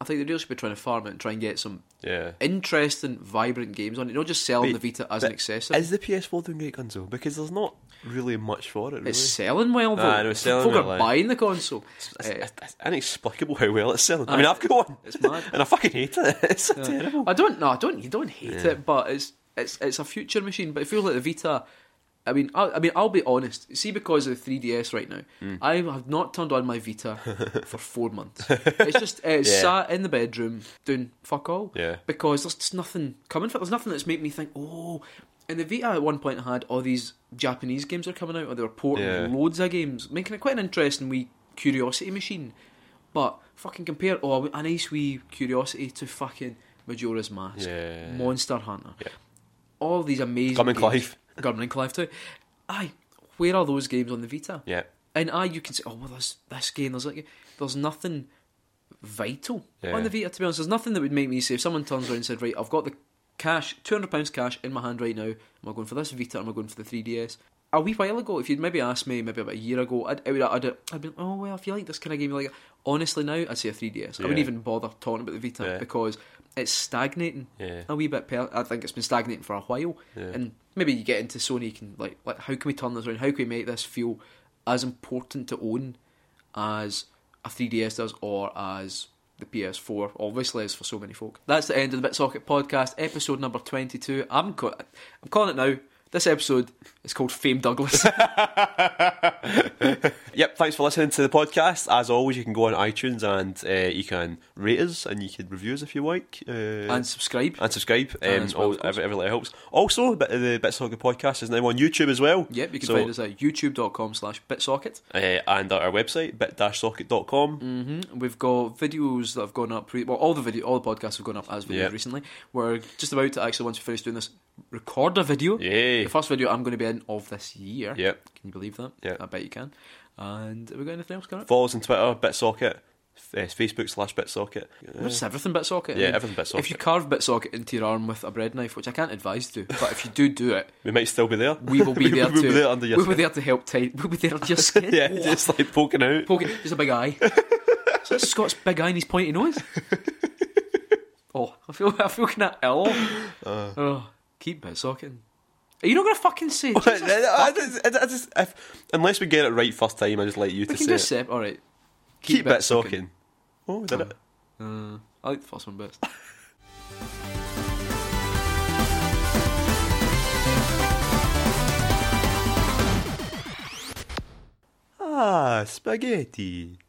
[SPEAKER 1] I think they really should be trying to farm it and try and get some
[SPEAKER 2] Yeah.
[SPEAKER 1] interesting, vibrant games on it. Not just selling
[SPEAKER 2] Wait,
[SPEAKER 1] the Vita as
[SPEAKER 2] but
[SPEAKER 1] an accessory.
[SPEAKER 2] Is the PS4 doing great guns though? Because there's not really much for it. Really,
[SPEAKER 1] it's
[SPEAKER 2] it's,
[SPEAKER 1] selling well though.
[SPEAKER 2] Ah, I know, it's selling
[SPEAKER 1] Folk
[SPEAKER 2] well,
[SPEAKER 1] are
[SPEAKER 2] aye.
[SPEAKER 1] buying the console. Eh,
[SPEAKER 2] it's- it's inexplicable how well it's selling.
[SPEAKER 1] aye,
[SPEAKER 2] I mean, I've got one,
[SPEAKER 1] it's mad.
[SPEAKER 2] and I fucking hate it. It's so terrible.
[SPEAKER 1] I don't know. I don't. You don't hate it, but it's it's it's a future machine. But it feels like the Vita. I mean, I, I mean, I'll be honest. See, because of the 3DS right now,
[SPEAKER 2] Hmm.
[SPEAKER 1] I have not turned on my Vita for four months. It's just eh, it's
[SPEAKER 2] Yeah.
[SPEAKER 1] sat in the bedroom doing fuck all.
[SPEAKER 2] Yeah.
[SPEAKER 1] Because there's just nothing coming for. it. There's nothing that's made me think, oh. And the Vita at one point had all these Japanese games are coming out, or they were porting
[SPEAKER 2] Yeah.
[SPEAKER 1] loads of games, making it quite an interesting wee curiosity machine. But fucking compare oh a nice wee curiosity to fucking Majora's Mask,
[SPEAKER 2] Yeah.
[SPEAKER 1] Monster Hunter,
[SPEAKER 2] Yeah.
[SPEAKER 1] all these amazing
[SPEAKER 2] Gunman
[SPEAKER 1] games.
[SPEAKER 2] Clive.
[SPEAKER 1] Gunman Clive too. Aye, where are those games on the Vita?
[SPEAKER 2] Yeah,
[SPEAKER 1] And aye, you can say, oh well, there's this game, there's that game. there's nothing vital
[SPEAKER 2] Yeah.
[SPEAKER 1] on the Vita. To be honest, there's nothing that would make me say if someone turns around and said, right, I've got the cash, two hundred pounds cash in my hand right now. Am I going for this Vita? Or am I going for the 3DS? A wee while ago, if you'd maybe asked me, maybe about a year ago, I'd I would, I'd, I'd been, oh well, if you like this kind of game, you like it. honestly now, I'd say a 3DS. I wouldn't
[SPEAKER 2] Yeah.
[SPEAKER 1] even bother talking about the Vita
[SPEAKER 2] Yeah.
[SPEAKER 1] because it's stagnating
[SPEAKER 2] yeah,
[SPEAKER 1] a wee bit. Per- I think it's been stagnating for a while,
[SPEAKER 2] Yeah.
[SPEAKER 1] and maybe you get into Sony. You can like, like, how can we turn this around? How can we make this feel as important to own as a 3DS does, or as the PS4, obviously, as for so many folk. That's the end of the BitSocket podcast, episode number 22. I'm, ca- I'm calling it now. This episode is called Fame Douglas.
[SPEAKER 2] Yep, thanks for listening to the podcast. As always, you can go on iTunes and uh, you can rate us and you can review us if you like. Uh,
[SPEAKER 1] and subscribe.
[SPEAKER 2] and subscribe. Um,
[SPEAKER 1] as well,
[SPEAKER 2] all,
[SPEAKER 1] of course.
[SPEAKER 2] every, every little helps. Also, the, the Bitsocket podcast is now on YouTube as well.
[SPEAKER 1] Yep, you can
[SPEAKER 2] So,
[SPEAKER 1] find us at youtube.com slash bitsocket.
[SPEAKER 2] uh, and at our website, bit-socket.com.
[SPEAKER 1] Mm-hmm. We've got videos that have gone up, re- well, all the video, all the podcasts have gone up as videos
[SPEAKER 2] Yeah.
[SPEAKER 1] recently. We're just about to actually, once we finish doing this, record a video.
[SPEAKER 2] Yay.
[SPEAKER 1] The first video I'm going to be in of this year.
[SPEAKER 2] Yep.
[SPEAKER 1] Can you believe that?
[SPEAKER 2] Yeah.
[SPEAKER 1] I bet you can. And have we got anything else coming up?
[SPEAKER 2] Follow us on Twitter, Bitsocket, f- uh, Facebook slash Bitsocket. Uh,
[SPEAKER 1] What's everything bitsocket? I
[SPEAKER 2] yeah,
[SPEAKER 1] mean,
[SPEAKER 2] everything Bitsocket.
[SPEAKER 1] If you carve bitsocket into your arm with a bread knife, which I can't advise to, but if you do do it,
[SPEAKER 2] we might still be there.
[SPEAKER 1] we will be there
[SPEAKER 2] we'll
[SPEAKER 1] to
[SPEAKER 2] be there under your
[SPEAKER 1] we'll be there to help tight. We'll be there under your skin.
[SPEAKER 2] Yeah, just like poking out.
[SPEAKER 1] Poking, just a big eye. so that's Scott's big eye and his pointy nose. oh, I feel I feel kind of ill.
[SPEAKER 2] Uh.
[SPEAKER 1] oh, keep bitsocket. Are you not going to fucking say?
[SPEAKER 2] I,
[SPEAKER 1] Jesus,
[SPEAKER 2] I just, I just, if, unless we get it right first time, I just like
[SPEAKER 1] we
[SPEAKER 2] you to
[SPEAKER 1] can
[SPEAKER 2] say
[SPEAKER 1] just
[SPEAKER 2] it.
[SPEAKER 1] sep. All right.
[SPEAKER 2] Keep
[SPEAKER 1] Bitsocket.
[SPEAKER 2] Bitsocket. Oh, we did it.
[SPEAKER 1] Uh, I like the first one best.
[SPEAKER 2] Ah, spaghetti.